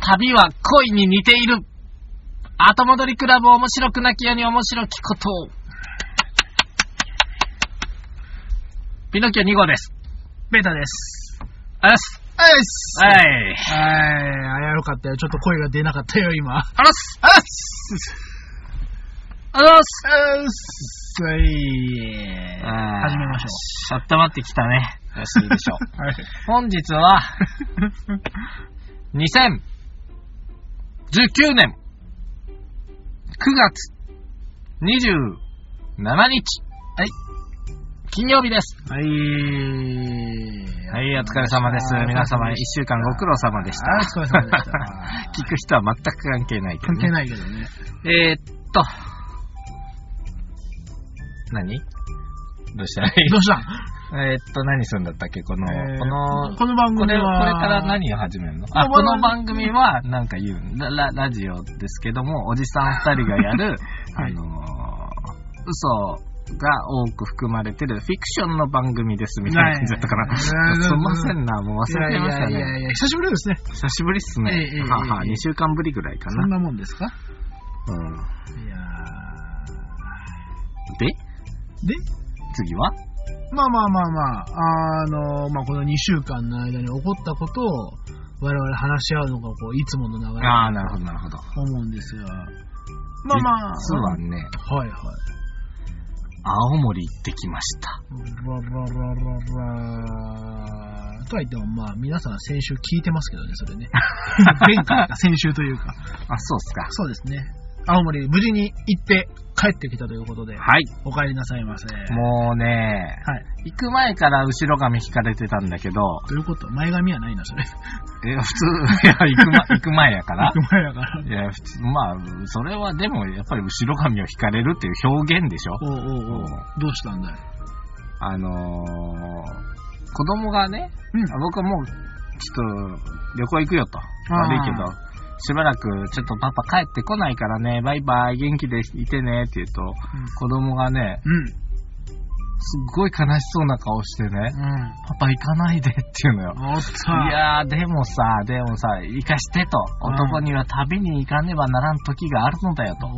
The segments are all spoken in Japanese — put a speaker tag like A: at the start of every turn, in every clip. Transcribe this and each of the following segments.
A: サビは恋に似ている。後戻りクラブ面白くなきように面白きことを。ピノキオ2号です。
B: ベタです。
A: ありがと
B: あいっ
A: うございます。はい。
B: はい。あやよかったよ。ちょっと声が出なかったよ、今。
A: あらっす。
B: あっ
A: あらっす。
B: あっすい。始めましょ
A: ょう。温まってきたね。よし、いいでしょう。
B: う。はい。
A: 本日は、2019年9月27日。
B: はい。
A: 金曜日です。
B: はい。
A: はい、お疲れ様です。皆様、一週間ご苦労様でした。
B: あお疲れ様でした
A: 聞く人は全く関係ないけど、
B: 関係
A: ね。
B: ないけどね。
A: えー、っと、何どうしたらい
B: どうしたん
A: い えーっと、何するんだったっけこの、
B: えー
A: この、
B: この番
A: こ
B: 組
A: れ、これ
B: は、
A: から何を始めるのあ、この番組は、なんか言うララ、ラジオですけども、おじさん二人がや る、
B: は
A: あ
B: い
A: のー嘘が多く含まれてるフィクションの番組ですみたいな感じだったか
B: は
A: な。
B: い
A: すいませんな、もう忘れ
B: い
A: て
B: や
A: ました
B: いやいや
A: ね。
B: いや、久しぶりですね。
A: 久しぶりっす
B: ええええ
A: ね。はあはあ、
B: ええ
A: 2週間ぶりぐらいか
B: そん
A: な。
B: なもんですか
A: うん
B: いや
A: で、
B: ーで、
A: 次は
B: まあまあまあまあ、あの、まあこの2週間の間に起こったことを、我々話し合うのが、こう、いつもの流れ
A: ああ、な
B: だ
A: るほど、なるほど。
B: と思うんですが、まあまあ、
A: 実はね、
B: はいはい。
A: 青森行ってきました。
B: ブラブラブラブラブラとは言っても、まあ、皆さん先週聞いてますけどね、それ ね。前回か、先週というか。
A: あ、そうっすか。
B: そうですね。青森、無事に行って帰ってきたということで、
A: はい。
B: お帰りなさいませ。は
A: もうね、
B: い。
A: 行く前から後ろ髪引かれてたんだけど、
B: ということは、前髪はないな、そ れ。
A: え、 普通、いや、行く,、ま、 行く前やから。
B: 行く前だから
A: い。や、普通、まあ、それはでも、やっぱり後ろ髪を引かれるっていう表現でしょ
B: お。うおう
A: う
B: おうんどうしたんだい
A: あのー、子供がね、
B: うん
A: あ僕はもう、ちょっと、旅行行くよと。
B: あー
A: 悪いけど、しばらく、ちょっとパパ帰ってこないからね、バイバイ、元気でいてね、って言うと、子供がね、
B: うん。
A: すっごい悲しそうな顔してね、
B: うん。
A: パパ行かないでっていうのよ。
B: おっ
A: い
B: た。
A: やー、でもさ、でもさ、生かしてと、
B: うん
A: 男には旅に行かねばならん時があるのだよと、
B: おう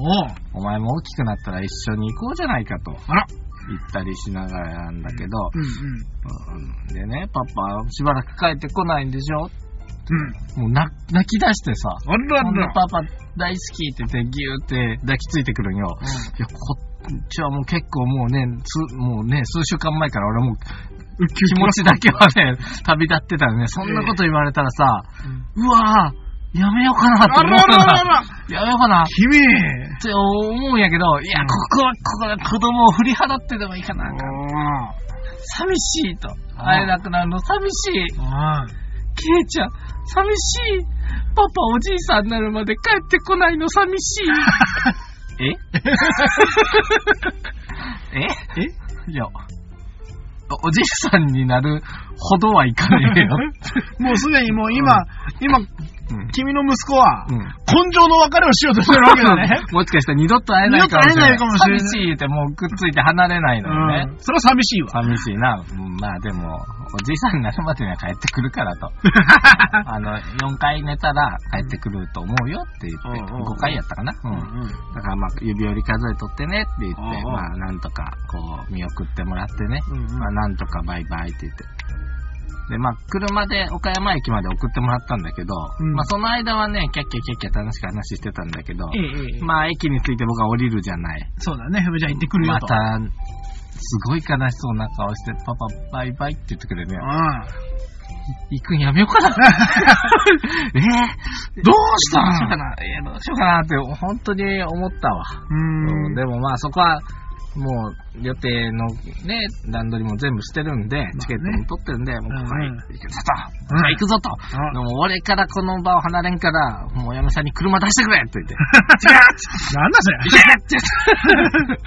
A: お前も大きくなったら一緒に行こうじゃないかと、
B: あら。
A: 言ったりしながらなんだけど、
B: うん
A: うんでね、パパ、しばらく帰ってこないんでしょ
B: うん。うん。
A: もう泣泣き出してさ、
B: あら
A: ほんで
B: ら。
A: パパ大好きって言って、ギューって抱きついてくるんよ。いや、こっちはもう結構もうね、すもうね、数週間前から俺もう
B: うん。
A: 気持ちだけはね、旅立ってたらね、そんなこと言われたらさ、
B: うん
A: うわぁ、やめようかなって
B: あ
A: 思う
B: ららら
A: な。
B: ら。
A: やめようかなっ
B: 君
A: て思うんやけど、いや、
B: うん
A: ここは、ここは子供を振り払ってでもいいかな。寂しいと。
B: あ
A: 会えなくなるの寂しい。
B: ああ。
A: ケイちゃん、寂しい。パパおじいさんになるまで帰ってこないの寂 し い。えええいや、おおじいさんになるほどはいかね えよ。
B: もうすでにもう今、今、
A: うん
B: 君の息子は、
A: うん
B: 根性の別れをしようとしてるわけだね。
A: もしかしたら二度と会えないかもしれない。
B: 二度と会えないかもしれない
A: 寂しいってもうくっついて離れないのよね。
B: うん。それは寂しいわ。
A: 寂しいな。うんまあでも、おじいさんになるまでには帰ってくるから と。あの、4回寝たら帰ってくると思うよって言
B: うん
A: って、
B: うんうん
A: 5回やったかな。うんだからまあ、指折り数えとってねって言って、
B: うんうん
A: まあ、なんとかこう、見送ってもらってね。
B: うんうん
A: まあ、なんとかバイバイって言って。で、まあ、車で岡山駅まで送ってもらったんだけど、
B: うん
A: まあ、その間はね、キャッキャキャッキャ楽しく話してたんだけど、
B: ええええ、
A: まあ、駅に着いて僕は降りるじゃない。
B: そうだね。じゃあ行ってくるよ
A: ま
B: と。
A: た、すごい悲しそうな顔して、パパ、バイバイって言ってくれるよ。
B: う
A: 行くんやめよ うかな。えー、どうしたどうしようかな。いや、どうしようかなって、本当に思ったわ。
B: ん。
A: うん
B: ま
A: でもまあそこは、もう予定のね、段取りも全部してるんで、チケットも取ってるんで、もうここは
B: うん
A: 行くぞと、
B: うん
A: ここは行くぞと、
B: うん
A: でも俺からこの場を離れんから、もうお嫁さんに車出してくれって言 って、違
B: なんだそれ。
A: う違う違う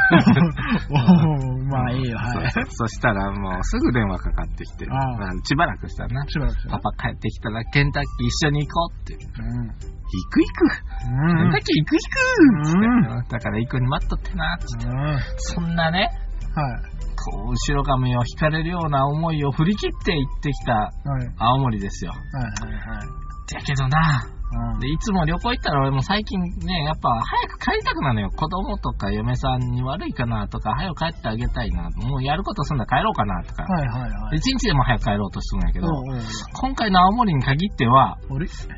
B: お前
A: ね。
B: おおまあいいよ、
A: そ
B: は
A: う
B: い。
A: そしたらもうすぐ電話かかってきて、
B: ん
A: まあしばらくしたらな、
B: しばらくし
A: パパ帰ってきたらケンタッキー一緒に行こうって。
B: うん。
A: 行く行くケ
B: うん
A: ンタッキー行く行くっつって、だから行くに待っとってなって。
B: うん。はい。
A: そんなね、こう後ろ髪を引かれるような思いを振り切って行ってきた
B: はい。はい。
A: 青森ですよ。
B: はい。はい。
A: せやけどな。
B: うん
A: で、いつも旅行行ったら俺も最近ね、やっぱ早く帰りたくなるのよ。子供とか嫁さんに悪いかなとか、早く帰ってあげたいな。もうやることすんだ帰ろうかなとか。
B: はいはいはい。
A: 一日でも早く帰ろうとするんやけど、
B: うんうんうん
A: 今回の青森に限っては、
B: あれ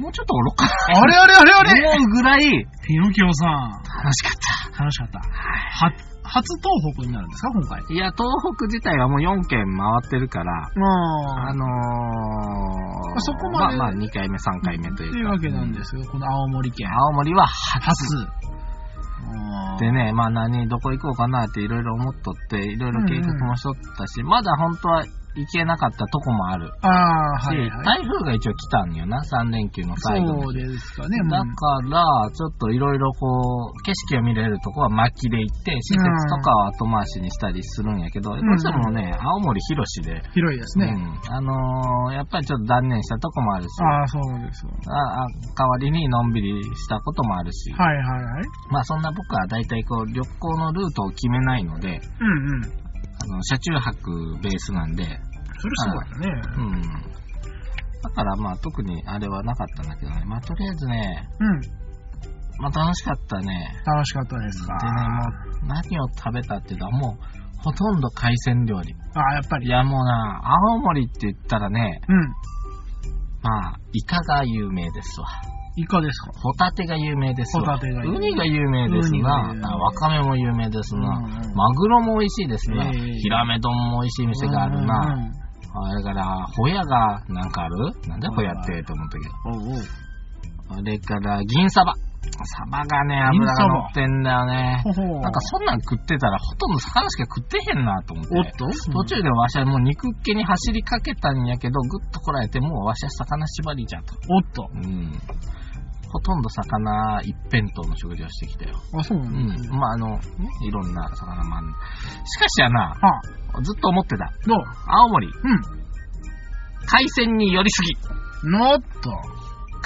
A: もうちょっと愚かな。
B: あれあれあれあれ
A: 思うぐらい
B: ピノキオさん、
A: 楽しかっ
B: 楽しかった。は、初東北になるんですか、今回。
A: た。いや、東北自体はもう4県回ってるから、
B: ま
A: あのー、
B: そこまで
A: あまあ2回目、3回目というか。
B: というわけなんですよ、この青森県。
A: 青森は初。
B: 初。あー
A: でね、まあ何、どこ行こうかなっていろいろ思っとって、いろいろ計画もしとったし、まだ本当は行けなかったとこもある。
B: あー、はい
A: で
B: はい。
A: 台風が一応来たんよな、3連休の最後
B: そ
A: に。
B: うですかね、
A: だ
B: も
A: から、ちょっといろいろこう、景色を見れるとこは巻きで行って、施設とかは後回しにしたりするんやけど、ど
B: ん
A: うしてもね、青森広しで、
B: う広いです
A: う
B: ね。
A: ん、あのーやっぱりちょっと断念したとこもあるし、
B: ああ、そうですわ。
A: ああ代わりにのんびりしたこともあるし、
B: はいはいはい。
A: まあそんな僕は大体こう旅行のルートを決めないので、
B: うんうん。
A: あの車中泊ベースなんで、
B: それすごいよね。
A: うん。だからまあ特にあれはなかったんだけどね、まあとりあえずね、
B: うん。
A: まあ楽しかったね。
B: 楽しかったです
A: でね、
B: か。
A: もう何を食べたっていうともうほとんど海鮮料理。
B: ああ、やっぱり
A: い。やもうな、青森って言ったらね、
B: うん。
A: まあイカが有名ですわ。
B: イカですか。
A: ホタテが有名です
B: ホ
A: わ
B: タ。テが有名
A: ウニが有名です
B: ウニが
A: な
B: 有。名
A: あわかめも有名ですな。
B: うんうん
A: マグロも美味しいですな。
B: ええ
A: ヒラメ丼も美味しい店があるな。あれから、ホヤがなんかあるなんでホヤってと思ったけど。
B: うんうんうん。おうおう。
A: あれから、銀サバ。サバがね、脂が乗ってんだよね。
B: ほほ
A: なんかそんなん食ってたらほとんど魚しか食ってへんなと思って。
B: おっと
A: 途中でわしはもう肉っ気に走りかけたんやけど、ぐっとこらえて、もうわしは魚縛りじゃと。
B: おっと。
A: うん。ほとんど魚一辺倒の食事をしてきたよ。
B: あ、そうな
A: うん
B: です
A: ん。
B: ね。
A: まあ、あの、ねいろんな魚もあんしかしやな、
B: はあ、
A: ずっと思ってた。
B: どう
A: 青森、
B: う
A: 海鮮に寄りすぎ。
B: ん。おっと。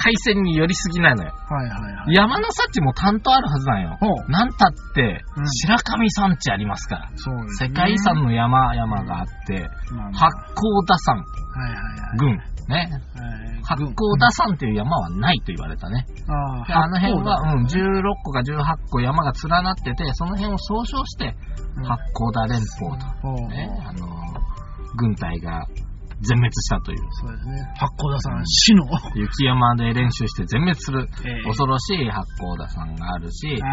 A: 海鮮に寄りすぎなのよ。
B: はいはいはい。
A: 山の幸も担当あるはずなんよ。
B: ほう。
A: なんたって
B: う、ん
A: 白神山地ありますから。
B: そうです、
A: 世界遺産、の山々があって、
B: まあまあ
A: 八甲田山
B: はいはい
A: 群。ね。
B: はい。はい
A: 八甲田山っていう山はないと言われたね。
B: あ
A: で
B: ー
A: あの辺は、うん、
B: 八甲田
A: 16個か18個山が連なってて、その辺を総称して、
B: うん
A: 八甲田連峰と。
B: ほう
A: ね、あの、軍隊が全滅したという。
B: そうですね。八甲田山、死の。は
A: 雪山で練習して全滅する
B: ええ
A: 恐ろしい八甲田山があるし、
B: い。
A: ま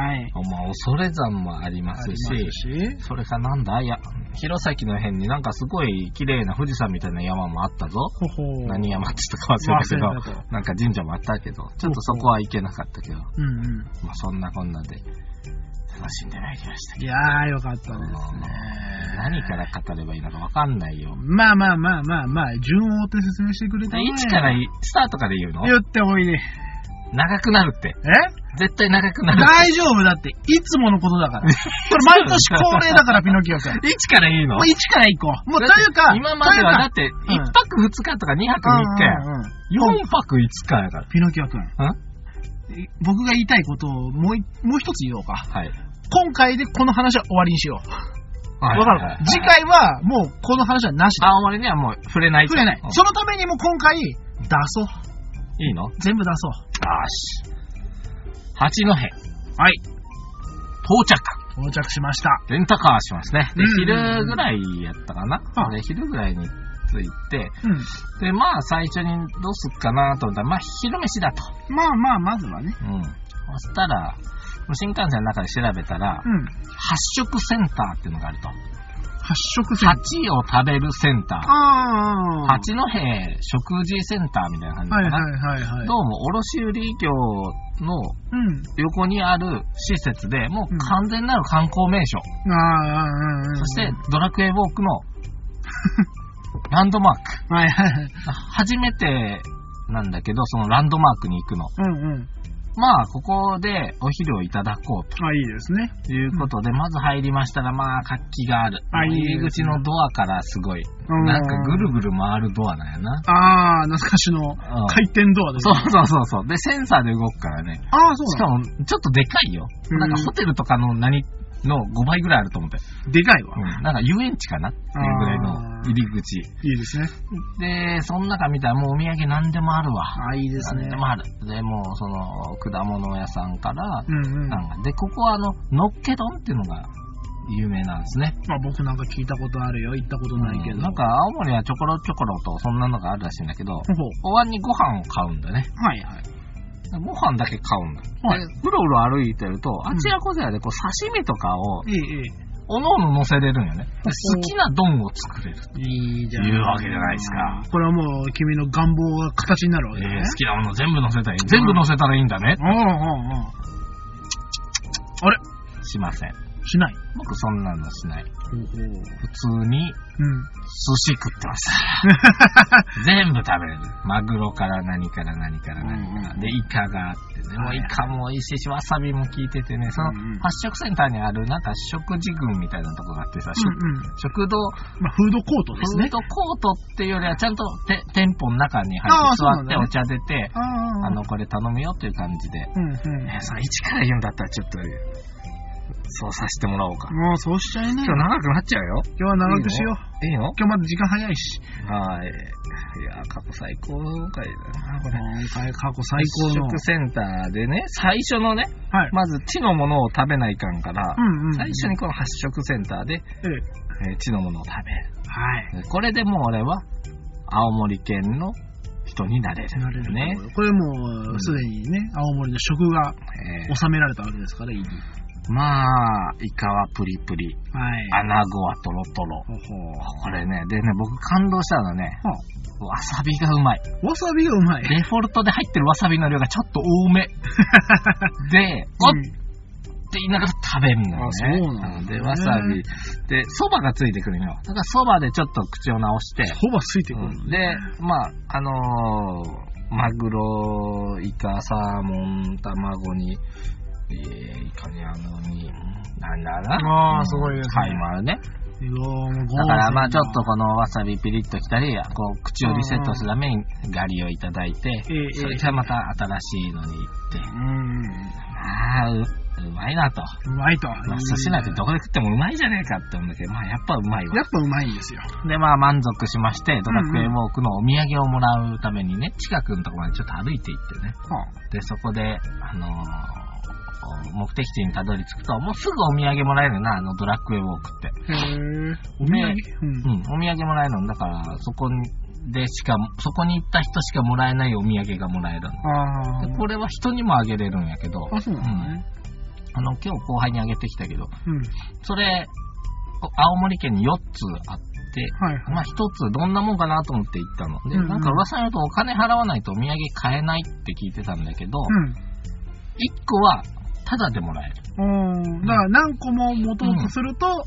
A: あ、恐山もありますし、
B: ありますし。
A: それかなんだいや、弘前の辺になんかすごい綺麗な富士山みたいな山もあったぞ。
B: ほほう。
A: 何山って言ったか忘れたけど、なんか神社もあったけど、ちょっとそこは行けなかったけど、ま
B: うんうん。
A: あ、そんなこんなで楽しんでまいりましたけ
B: いやー、よかったですね。
A: ど、何から語ればいいのかわかんないよ。
B: まあまあまあまあまあ、順を追って説明してくれたね
A: 1からいスタートから言うの
B: 言っておいで。え
A: 長くなるって。絶対長くなるって。
B: 大丈夫だって、いつものこと だから。これ毎年恒例だから、ピノキオ君。
A: 1から言うの
B: もう1から行こう。もうという
A: だっ
B: か、
A: て今まではだ
B: と
A: って
B: ん
A: 1泊2日とか2泊3
B: いう
A: 日
B: か
A: や。
B: うんうんうん
A: 4泊5日やから。
B: ピノキオ君
A: ん。
B: い僕が言いたいことをもういもう一つ言おうか。
A: はい。
B: 今回でこの話は終わりにしよう。
A: わ
B: わかるか次回はもうこの話はなしだ。
A: 青森にはもう触れない。
B: 触れない
A: うん。
B: そのためにも今回、出そう。
A: いいのよ
B: 全部出そう。
A: し。八戸、到
B: はい。
A: 着。
B: 到着しました。
A: レンタカーしますね。で
B: うん、
A: 昼ぐらいやったか
B: あ
A: な。で、昼ぐらいに着いて、
B: うん。
A: で、まあ、最初にどうすっかなと思ったら、まあ、昼飯だと。
B: まあまあ、まずはね。
A: うん。そしたら、新幹線の中で調べたら
B: う、ん。
A: 発色センターっていうのがあると。
B: 発色線。
A: 蜂を食べるセンター。
B: あ
A: 八戸食事センターみたいな感じか
B: はい
A: な。
B: はいはいはい。
A: どうも卸売業の
B: うん。
A: 横にある施設でもう完全なる観光名所、
B: ああ、うんうんうん。
A: そして、ドラクエウォークの ランドマーク
B: はいはいはい。
A: 初めてなんだけどそのランドマークに行くの
B: うんうん。
A: まあここでお昼をいただこう
B: あ、いいですね。
A: ということで、まず入りましたらまあ活気がある
B: あいいですね
A: 入り口のドアからすごい
B: うん
A: なんかぐるぐる回るドアなんやな
B: ああ、懐かしの
A: うん
B: 回転ドアです
A: そ
B: ね。
A: うそうそうそうでセンサーで動くからね
B: ああ、そ
A: し
B: うだ
A: か。も、ちょっとでかいよ。
B: うん
A: なんかホテルとかの何の5倍ぐらいあると思って。
B: でかいわ。
A: うんなんか遊園地かなっていうぐらいの入り口。
B: いいですね。
A: で、その中見たらもうお土産何でもあるわ。
B: あ、いいですね
A: 何で。もある。で、もうその、果物屋さんから、
B: うんうん。
A: なんかで、ここはあの、のっけ丼っていうのが有名なんですね。
B: まあ僕なんか聞いたことあるよ。行ったことないけど。
A: なんか、青森はちょころちょころとそんなのがあるらしいんだけど、
B: ほほ。
A: お椀にご飯を買うんだね。
B: はいはい。
A: ご飯だけ買うんだ。
B: はい
A: でうろうろ歩いてると、
B: ん
A: あちらこちらでこう刺身とかを、
B: いい、いい。
A: おのおの乗せれるんよね。
B: お
A: で好きな丼を作れる。
B: いいじゃん。
A: 言うわけじゃないですか。
B: これはもう君の願望が形になるわけだね。
A: 好きなもの全部乗せたい。全部乗せたらいいんだね。
B: うんうんうん。あれ
A: しません。
B: しない。
A: 僕そんなのしない。
B: ほうほう。うん。
A: 普通に寿司食って ます。全部食べれる。マグロから何から何から何か
B: うんう
A: ら。
B: ん
A: で、イカがあってね。も
B: は
A: う
B: い
A: イカも美味しいし、わさびも効いててね。その
B: うんうん
A: 発色センターにあるなんか食事群みたいなとこがあってさ、食
B: うんうん。
A: 食堂、
B: まあ、フードコートです
A: フー
B: ね。
A: ドコートっていうよりは、ちゃんとて店舗の中に入
B: あ
A: っ
B: あ
A: て
B: そうなんだ
A: 座ってお茶
B: ね
A: 出て、
B: ああ
A: あの、これ頼むよっていう感じで。
B: うんうん。
A: ねその1から言うんだったらちょっと、そうさせてもらおうか。
B: もうそうしちゃいなよ。
A: 今日長くなっちゃうよ。
B: 今日は長くしよう。
A: いいの
B: 今日まだ時間早いし。
A: はい。いや、過去最高回だな、これ。
B: 今回過去最高の。
A: 食センターでね、最初のね、
B: はい。
A: まず地のものを食べないかんから
B: う、んうん。
A: 最初にこの発色センターで、
B: え
A: えー地のものを食べ
B: え。はい。
A: る。これでもう俺は、青森県の人になれる。
B: なれる
A: ね。
B: これもうすでにね、青森の食が
A: え
B: 収められたわけですから、いい。
A: ーまあ、イカはプリプリ、
B: はい。
A: アナゴはトロトロ。
B: ほほ
A: これね、でね、僕感動したのはね、
B: は
A: わさびがうまい。
B: わさびがうまい。
A: デフォルトで入ってるわさびの量がちょっと多 め。で、おっ
B: うん
A: って言いながら食べるのよね。
B: あそうなんだね
A: で、わさび。で、そばがついてくるのよ。だからそばでちょっと口を直して、
B: ほぼついてくる
A: うん
B: の
A: で
B: ね。、
A: まあ、あのーマグロ、イカ、サーモン、卵に、えーイカにあのに、なんだろうな。
B: あーすごいですね
A: 貝もあるね。
B: うわーもうご
A: だからまあちょっと
B: こ
A: このわさびピリッときたり、こう口をリセットするためにガリをいただいて、
B: ええええ
A: それからまた新しいのに行って、
B: うん。
A: ああ、ううまいなと。
B: うまいと。
A: まあ、寿司なんてどこで食ってもうまいじゃねえかって思うんだけど、まあやっぱうまいわ
B: や。っぱうまいんですよ。
A: で、まあ満足しまして、ドラクエウォークのお土産をもらうためにね、近くのところまでちょっと歩いて行ってね。で、そこで、あのー目的地にたどり着くと、もうすぐお土産もらえるな、あのドラクエウォークって。
B: へえ。お土
A: ね
B: 産うん
A: うん、お土産もらえるの。だから、そこにでしか、そこに行った人しかもらえないお土産がもらえるの。
B: あ
A: でこれは人にもあげれるんやけど、
B: あ。あ、そうなんだね。
A: あの、今日後輩にあげてきたけど、
B: うん。
A: それ、こ青森県に4つあって、
B: はいはい。
A: まあ一つどんなもんかなと思って行ったの。で、
B: うんうん
A: なんか噂によるとお金払わないとお土産買えないって聞いてたんだけど、
B: うん。
A: 一1個はタダでもらえる。
B: うんだから何個も持とうとすると、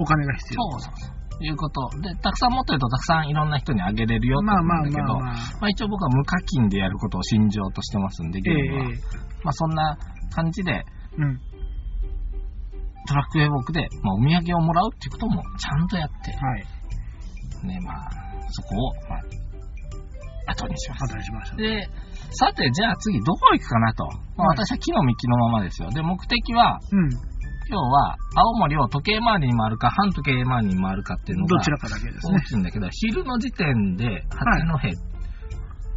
B: お金が必
A: そ
B: 要。
A: うそうそう。いうこと。で、たくさん持ってるとたくさんいろんな人にあげれるよって
B: ま
A: 思
B: あまあ
A: うんだけ
B: ま
A: ど、
B: あ
A: まあ
B: まあ。
A: 一応僕は無課金でやることを信条としてますんで、
B: え
A: ゲ
B: え
A: ームは。まあそんな感じで、
B: うん。
A: トラックウェイウォークで、まあ、お土産をもらうっていうこともちゃんとやって、
B: はい。
A: ね、まあ、そこを、まあ、後にします
B: お。答えしました。
A: で、さて、じゃあ次どこ行くかなと。まあ
B: はい
A: 私は木の幹のままですよ。で、目的は、
B: うん。
A: 今日は青森を時計回りに回るか、半時計回りに回るかっていうの
B: ど
A: が
B: ちらかだけです
A: 大
B: ね。
A: きいんだけど、昼の時点で八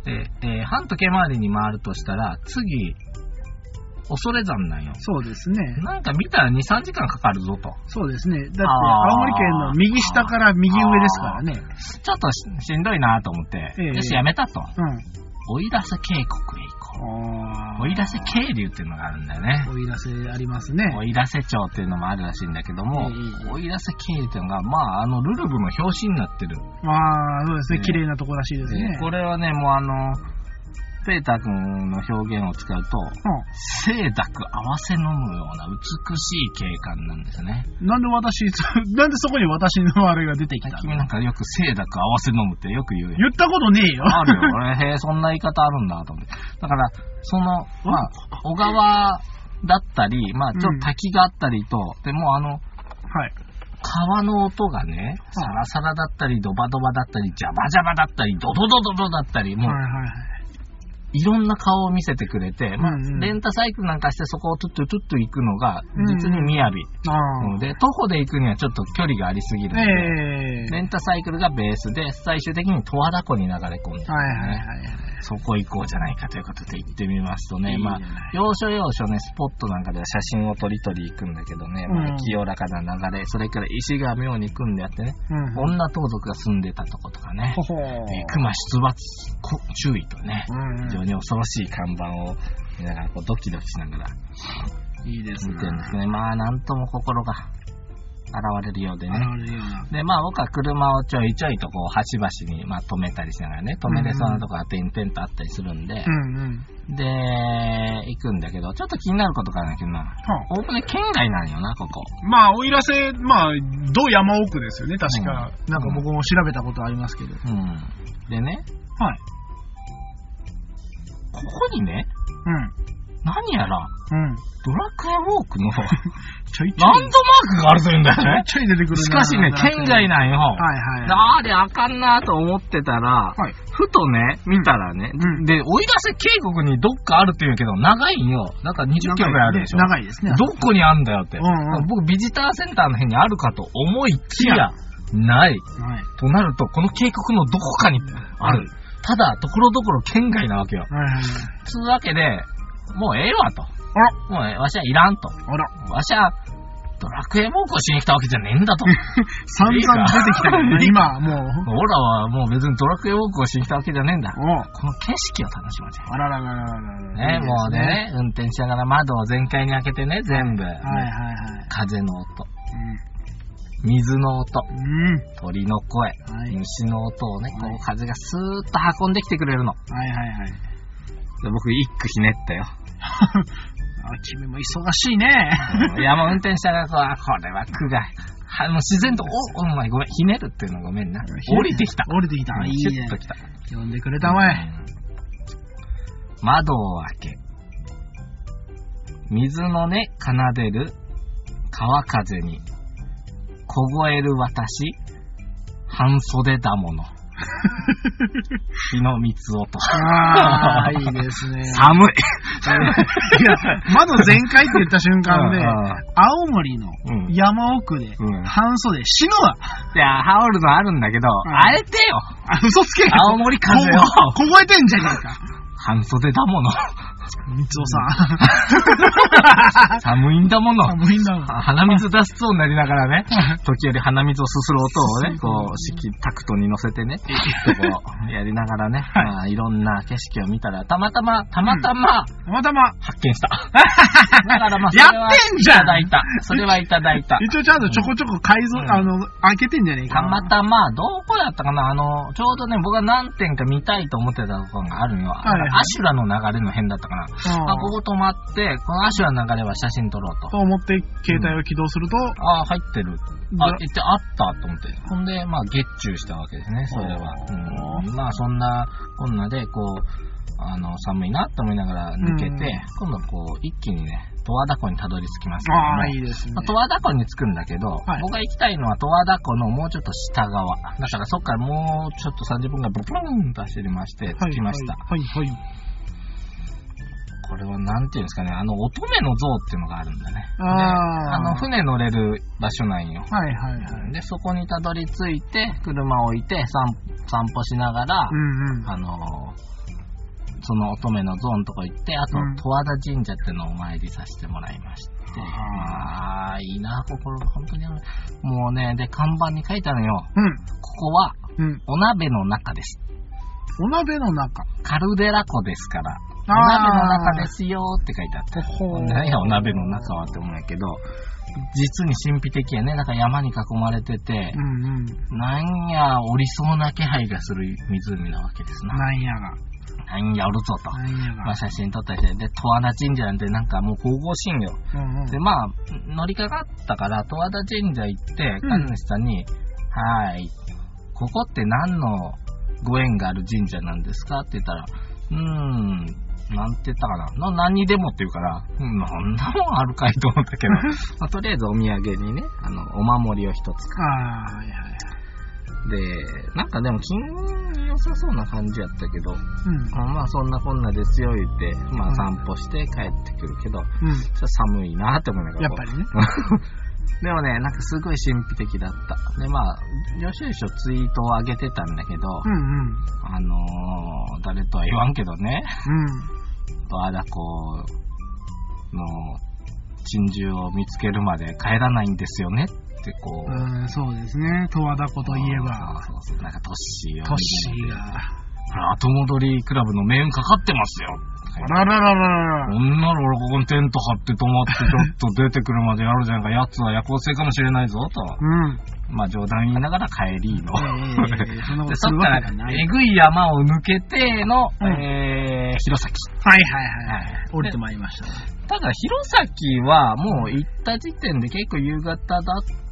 A: 戸、で、えー半時計回りに回るとしたら、次、恐山なんよ。
B: そうですね。
A: なんか見たら2、3時間かかるぞと。
B: そうですね。だって、
A: あー
B: 青森県の右下から右上ですからね。
A: ちょっとししんどいなと思って、
B: ええ
A: よし、やめたと。
B: うん。
A: 追い出せ渓谷へ行こ
B: あ
A: う。追い出せ渓流っていうのがあるんだよね。
B: 追い出せありますね。
A: 追い出せ町っていうのもあるらしいんだけども、
B: ええ
A: 追い出せ経理っていうのが、まあ、あの、ルルブの表紙になってる。
B: ああ、そうですね。
A: ね
B: 綺麗なとこらしいですね。
A: これはね、もうあの、ペーター君の表現を使うと、清濁合わせ飲むような美しい景観なんですね。
B: うん。なんで私、 なんでそこに私のあれが出てきたの
A: 君なんかよく清濁合わせ飲むってよく言うよ。
B: 言ったことねえよ。
A: あるよ。俺、へえ、そんな言い方あるんだと思って。だから、その、まあ、小川だったり、まあ、ちょっと滝があったりと、でもうあの、
B: はい。
A: 川の音がね、サラサラだったり、ドバドバだったり、ジャバジャバだったり、ドドドドドだったり、もう
B: はいはいはい。
A: いろんな顔を見せてくれて、まあ、
B: うんうん
A: レンタサイクルなんかしてそこをトゥットゥトゥットゥ行くのが
B: うん
A: 実に雅、
B: ああ。
A: で、徒歩で行くにはちょっと距離がありすぎるので、
B: ええ
A: レンタサイクルがベースで、最終的に十和田湖に流れ込んで、ね
B: はいはいはいはい。
A: そこ行こうじゃないかということで行ってみますとね、
B: いいじゃ
A: ま
B: な
A: あ
B: い、
A: 要所要所ね、スポットなんかでは写真を撮り撮り行くんだけどね、ま
B: うん
A: あ、清らかな流れ、それから石が妙に組んであってね、
B: うん。
A: 女盗賊が住んでたとことかね
B: ほ、ほー
A: で熊出没こ注意とね、
B: うんうん
A: 非常に恐ろしい看板を見ながらこうドキドキしながら
B: いいですね。
A: 見てるんですけどね、まあ、なんとも心が現れるようでね。
B: 現れるような。
A: で、まあ僕は車をちょいちょいとこう、端々に、まあ止めたりしながらね、止めれそうなとこが点々とあったりするんで
B: う、んうん。
A: で、行くんだけど、ちょっと気になることがあるんだけどな、
B: は
A: おおむね県外なんよな、ここ。
B: あ、まあ、奥入瀬、まあ、ど山奥ですよね、確か。なんか僕も調べたことありますけど。
A: うん。でね、
B: はい。
A: ここにね、
B: う
A: 何やら、
B: ん。うん。
A: ドラクエウォー クのラ
B: ちょいちょい。
A: ンドマークがあるというんだ よね。
B: ちょいちょい出てくるな
A: しかしね、県外。なんよ。
B: はいはい。
A: あれあかんなと思ってたら、
B: はい。
A: ふとね、見たらね、
B: うん
A: で、追い出せ渓谷にどっかあるって言うけど、長いんよ。なんか20キロぐらいあるでしょ。
B: 長いですね。
A: どこにあんだよって。
B: うんうん
A: 僕、ビジターセンターの辺にあるかと思いきや、ない。
B: はい。
A: となると、この渓谷のどこかにある。ただ、ところどころ県外なわけよ。
B: はいはいはい。
A: つうわけで、もうええわと。
B: あら、
A: もうええわしはいらんと。
B: あら、
A: わしは、ドラクエ猛攻しに来たわけじゃねえん だと。
B: 散々出てきたけどね、
A: いい
B: 今、
A: 俺
B: もう。
A: らはもう別にドラクエウォークをしに来たわけじゃねえんだ。
B: おう
A: この景色を楽しもうじゃん。
B: あらららららら
A: ね、
B: いいです
A: もうね、運転しながら窓を全開に開けてね、全部。
B: はいはいはい。
A: 風の音、水の音、
B: うん。うん。
A: 鳥の声、
B: はい。
A: 虫の音をね、こ
B: はいう
A: 風がスーッと運んできてくれるの。
B: はいはいはい。
A: で僕、一句ひねった よ。
B: あ、君も忙しいね。
A: いや、もう運転しながらこう、あこれは苦が、はもう自然と、お、お前ごめん、ひねるっていうのごめんな。降りてきた。
B: 降りてきた。いい
A: シュ
B: ね
A: ッと。きた。
B: 呼んでくれたまえ。
A: うん窓を開け、水の音奏でる川風に、凍える私、半袖だ もの。日の三つ音。
B: ああ、いいです ね。
A: 寒い。
B: いや窓全開って言った瞬間で
A: うんうん、
B: 青森の
A: うん
B: 山奥で
A: うん、
B: 半袖、死ぬわ
A: いや、羽織るのあるんだけど、
B: うん
A: あえてよ。
B: あ嘘つけ
A: 青森風を。
B: こ凍えてんじゃねえか。
A: 半袖だ もの。
B: 三つさ
A: 寒いんだもの。
B: ん。寒いんだもん。
A: 鼻水出しそうになりながら ね、時折鼻水をすする音をね、こう、式タクトに乗せてね、こう、やりながら ね、まあ、いろんな景色を見たら、たまたま、たまたま
B: たまたま、
A: 発見 した。だからまあ、
B: や
A: それは
B: ってんじゃん
A: いただいた。それはいただいた。
B: 一応ちゃんとちょこちょこ改造、
A: うん
B: あの、開けてんじゃねえか
A: た
B: な。
A: またま、どこだったかなあの、ちょうどね、僕が何点か見たいと思ってたところがあるのよ。
B: はいはい
A: アシュラの流れの辺だったかな。
B: うん
A: あ、ここ止まって、このアシュラの流れは写真撮ろうと
B: と。思って携帯を起動すると、
A: ああ、入ってる。
B: ド
A: あ、
B: ラ
A: 行ってあったと思って。ほんで、まあ、月中したわけですね、それは。うん、まあ、そんな、こんなで、こう、あの、寒いなと思いながら抜けて、
B: うん
A: 今度こう、一気にね、十和田湖にたどり着きますけども
B: ああ、いいですね
A: まあ。十和田湖に着くんだけど、
B: はい
A: 僕が行きたいのは十和田湖のもうちょっと下側。だからそっからもうちょっと30分ぐらいブルブルンと走りまして、着きました。
B: はい、はい、はい。
A: これはなんていうんですかね、あの乙女の像っていうのがあるんだね。
B: あ
A: で
B: ー
A: あの船乗れる場所なんよ。
B: はい、はい、はい。
A: で、そこにたどり着いて、車を置いて散散歩しながら、
B: うんうん。
A: あのーその乙女のゾーンとこ行って、あと
B: うん、
A: 十和田神社ってのをお参りさせてもらいまして、ああ、いいな、心が本当にある。もうね、で、看板に書いたのよ、ここは
B: うん、うん。
A: お鍋の中です。
B: お鍋の中。
A: カルデラ湖ですから、お
B: あー
A: 鍋の中ですよって書いてあって、
B: ほー
A: 何やお鍋の中はって思うんやけど、実に神秘的やね、なんか山に囲まれてて、
B: うんうん。
A: なんや、おりそうな気配がする湖なわけですな。
B: なんやが。
A: なんや、おるぞと。
B: なんや
A: ま
B: が
A: あ、。写真撮ったりして、で、十和田神社なんてなんかもう神々しいんよ。
B: うんうん。
A: で、まあ、乗りかかったから、十和田神社行って、神主さんに、はーい、ここって何のご縁がある神社なんですかって言ったら、うーん、なんて言ったかな、の何にでもって言うから、うんなんだもんあるかいと思った けど、まあ、とりあえずお土産にね、あの、お守りを一つ
B: ああ、はい、はい。
A: で、なんかでも金曜良さそうな感じやったけど、
B: うん。
A: あまあそんなこんなで強いって、ま
B: う
A: あ
B: ん
A: 散歩して帰ってくるけど、ちょ
B: うん。
A: っと寒いなって思いながら。
B: やっぱりね。
A: でもね、なんかすごい神秘的だった。で、まあ、領収書ツイートを上げてたんだけど、
B: うんうん。うん。
A: あのー誰とは言わんけどね、あだこの珍獣を見つけるまで帰らないんですよねってこう。
B: うん、そうですね。十和田湖といえば、
A: そうそうそうなんかトッシーを見て。
B: トッシーが。
A: ほら後戻りクラブの命運かかってますよ。
B: あらららら
A: こ
B: ら。
A: んなの俺ここにテント張って泊まってちょっと出てくるまでやるじゃんか。奴は夜行性かもしれないぞと。
B: うん。
A: まあ冗談言いながら帰りの。
B: ええそんなこ
A: で、
B: と
A: そ
B: す
A: っ
B: る
A: か
B: わ
A: ら
B: けがな、い。
A: えぐい山を抜けての、
B: うん
A: えー、弘前。
B: はいはいはい。
A: はい
B: 降りてまいりました。
A: ただ、弘前はもう行った時点で結構夕方だっ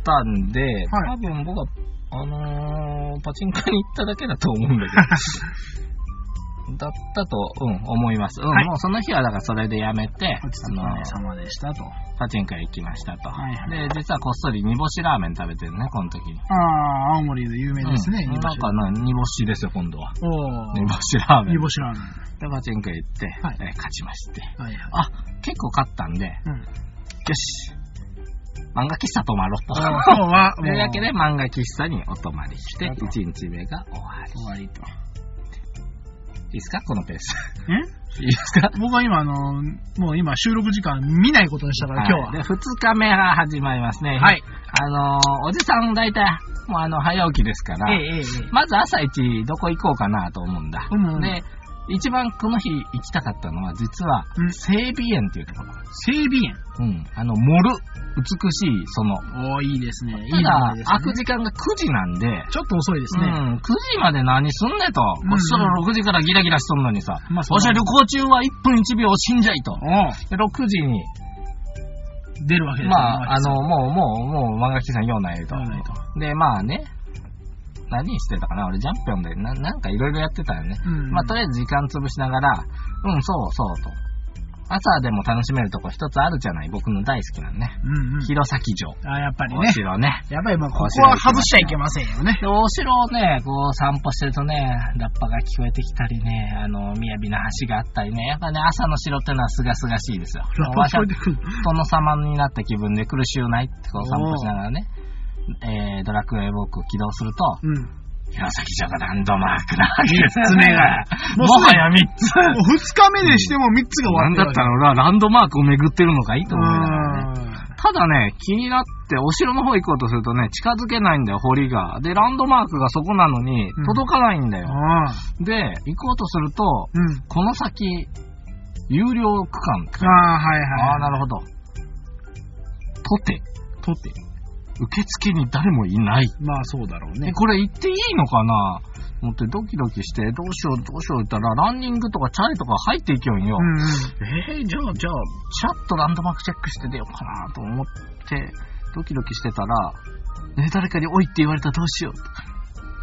A: たんで、多分僕は、あのーパチンコに行っただけだと思うんだけ ど。だったと、うん、思います。うん、
B: はい
A: もうその日はだからそれでやめて、
B: お
A: あのー
B: 疲れ様でしたと。
A: パチンコへ行きましたと。
B: はいは
A: で、
B: い
A: 実はこっそり煮干しラーメン食べてるね、この時に。
B: ああ、青森で有名ですね、
A: うん
B: 煮干し
A: なんかね、煮干しですよ、今度は。
B: おお
A: 煮干しラーメン。
B: 煮干しラーメン。
A: で、パチンコへ行って、
B: はい
A: えー勝ちまして。
B: はいはい。
A: あ、結構勝ったんで、よ
B: うん。今
A: し、漫画喫茶泊まろうと。
B: 日は、
A: というわけで、漫画喫茶にお泊まりして、
B: なるほど
A: 1日目が終わり。
B: 終わりと。
A: いいですかこのペース。
B: え
A: いいですか
B: 僕は今、あの、もう今、収録時間見ないことにしたから、今日
A: で、
B: は。
A: 2日目が始まりますね。
B: はい。
A: あのーおじさん大体、もうあの、早起きですから、
B: ええええ。
A: まず朝一、どこ行こうかなと思うんだ。
B: うんうん
A: で、一番この日行きたかったのは、実は、
B: うん
A: 整備園っていうところ。
B: 整備園。
A: うん。あの、盛る。美しい、その。
B: おーいいですね。いい
A: た
B: 名
A: だ
B: 前、です
A: 開く
B: ね。
A: 時間が9時なんで、
B: ちょっと遅いです
A: う
B: ね。
A: ん、9時まで何すんねと。
B: うん
A: こっそり6時からギラギラしとんのにさ。
B: まあそ
A: わ
B: う
A: し
B: だ
A: は
B: ね
A: 旅行中は1分1秒死んじゃいと。
B: お
A: で6時に、
B: う出るわけですね
A: まあ、あ、の、もう、もう、もう、漫画喫茶に用ないと
B: 用ない。
A: で、まあね、何してたかな俺、ジャンピオンで、ななんかいろいろやってたよね。
B: うん。
A: まあ、とりあえず時間潰しながら、うん、そうそうと。朝でも楽しめるとこ一つあるじゃない。僕の大好きなね。
B: うんうん。
A: 弘前城。
B: あ、やっぱり
A: お
B: ね。
A: 城ね。
B: やっぱりまあ、ここは外しちゃいけませんよね。
A: で、お城をね、こう散歩してるとね、ラッパが聞こえてきたりね、あの、雅な橋があったりね、やっぱね、朝の城ってのは清々しいですよ。
B: ラッパ
A: わし
B: 聞
A: ゃ
B: こえてくる。
A: 殿様になった気分で苦しゅうないってこう散歩しながらね、えー、ドラクエウォークを起動すると、
B: うん。も
A: 弘前城がランドマークなわけですよ、ね。
B: 三つ目が
A: も
B: もう
A: はや3つ。
B: う二日目でしても三つが
A: なん
B: 終
A: だ
B: わ
A: っ
B: ったた
A: ら俺はランドマークを巡ってるのかいいと思いながらね。
B: わけだよ。
A: ただね、気になって、お城の方行こうとするとね、近づけないんだよ、堀が。で、ランドマークがそこなのに
B: うん、
A: 届かないんだ
B: う
A: よ。
B: ん。
A: で、行こうとすると、
B: うん。
A: この先、有料区間って書いて
B: あ
A: ある。
B: あ、はいはい。
A: ああー、なるほど。とて、
B: 取って。
A: 受付に誰もいない。
B: まあそうだろう
A: え、
B: ね。
A: これ行っていいのかな思ってドキドキして、どうしようどうしよう言ったら、ランニングとかチャリとか入っていきよんよ。
B: うんうん。
A: えー、じゃあ、じゃあ、ちょっとランドマークチェックして出ようかなと思って、ドキドキしてたら、ね、誰かにおいって言われたらどうしようとか。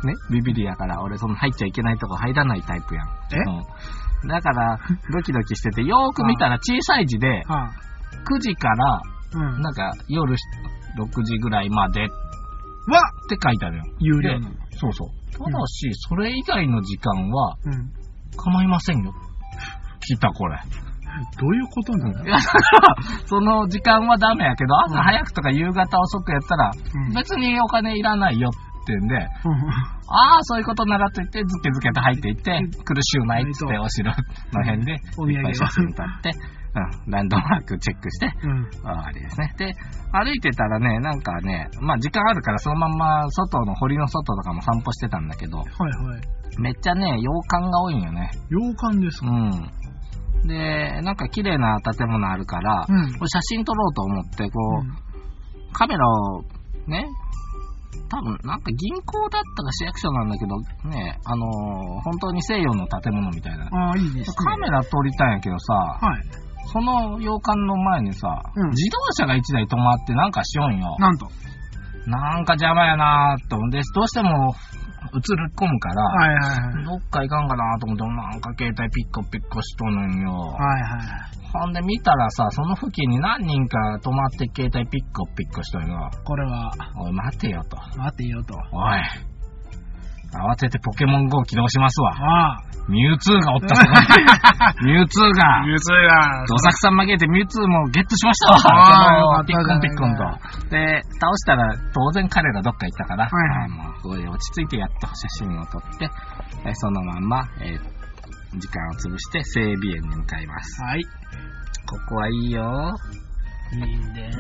A: ね、ビビリやから、俺その入っちゃいけないとこ入らないタイプやん。
B: え
A: うんだから、ドキドキしてて、よーく見たら小さい字で、
B: はあ。
A: 9時から、
B: うん。
A: なんか夜6時ぐらいまでって
B: は、
A: 書いてあるよ。
B: 有料なの。
A: そうそう。ただし、それ以外の時間は
B: うん。
A: 構いませんよ。 来た、これ。
B: どういうことなんだ
A: いや、だから、その時間はダメやけど、朝早くとか夕方遅くやったら、
B: うん
A: 別にお金いらないよってんで、
B: う
A: ああ、そういうことならと言って、ずけずけと入っていって、苦しゅうないっつって、お城の辺で、いっ
B: お土産を
A: ぱい写真撮って、うん、ランドマークチェックして、
B: ん。うん。
A: 終わりですね。で、歩いてたらね、なんかね、まあ時間あるから、そのまんま外の堀の外とかも散歩してたんだけど、
B: はいはい。
A: めっちゃね、洋館が多いんよね。
B: 洋館です
A: う
B: か
A: ん。で、なんか綺麗な建物あるから、
B: うん
A: これ写真撮ろうと思って、こう、
B: う
A: カメラをね、多分なんか銀行だったか市役所なんだけど、ね、あのー本当に西洋の建物みたいな。
B: んああ、いいですね。
A: カメラ撮りたいんやけどさ、
B: はい。
A: その洋館の前にさ、
B: うん
A: 自動車が1台止まってなんかしよんよ。
B: なんと。
A: なんか邪魔やなーと思って、どうしても映り込むから、
B: はいはいはい。
A: どっか行かんかなと思って、なんか携帯ピッコピッコしとるんよ。
B: はいはいはい。
A: ほんで見たらさ、その付近に何人か止まって携帯ピッコピッコしとるんよ。
B: これは、
A: おい、待てよと。
B: 待てよと。
A: おい、慌ててポケモン GO 起動しますわ。
B: ああ。
A: ミュウツーがおったぞ。ミュウツーが、
B: 流通が。
A: ドサクさん負けてミュウツーもゲットしました
B: あ
A: わ。
B: ー
A: ピッコンピッコンと。で、倒したら当然彼らどっか行ったから、
B: はいはい
A: あのすごい落ち着いてやっと写真を撮って、えそのまんま、えー時間を潰して整備園に向かいます。
B: はい。
A: ここはいいよ。
B: いいね。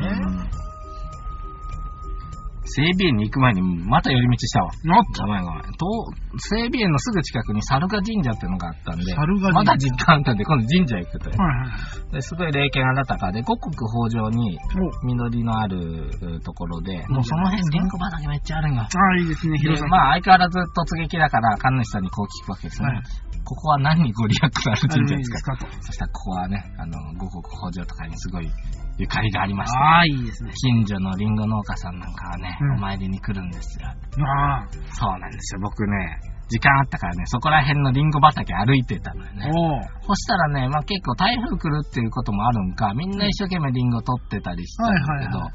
A: 整備園に行く前にまた寄り道したわ。
B: なっ
A: ごめんごめん。と整備園のすぐ近くに猿賀神社っていうのがあったんで、
B: 猿が
A: まだ実感あったんで、今度神社行くという。
B: はいはい。
A: ですごい霊剣新たかで、五穀豊穣に
B: お
A: 実りのあるうところで、もうその辺、リンゴ畑めっちゃあるんよ。
B: ああ、いいですね、
A: で
B: 広さ。
A: まあ相変わらず突撃だから、神主さんにこう聞くわけですね。
B: はい
A: ここは何にご利益がある
B: あ
A: 神
B: る
A: 社で
B: んです
A: か
B: すかと。
A: そしたらここはね、あの、五穀豊穣とかにすごいゆかりがありまして、
B: ああ、いいですね。
A: 近所のリンゴ農家さんなんかはね、
B: うん
A: お参りに来るんですよ。
B: ああ。
A: そうなんですよ、僕ね、時間あったからね、そこら辺のリンゴ畑歩いてたのよね。
B: おお。
A: そしたらね、まあ、結構台風来るっていうこともあるんか、みんな一生懸命リンゴ取ってたりしたんだけど、
B: はいは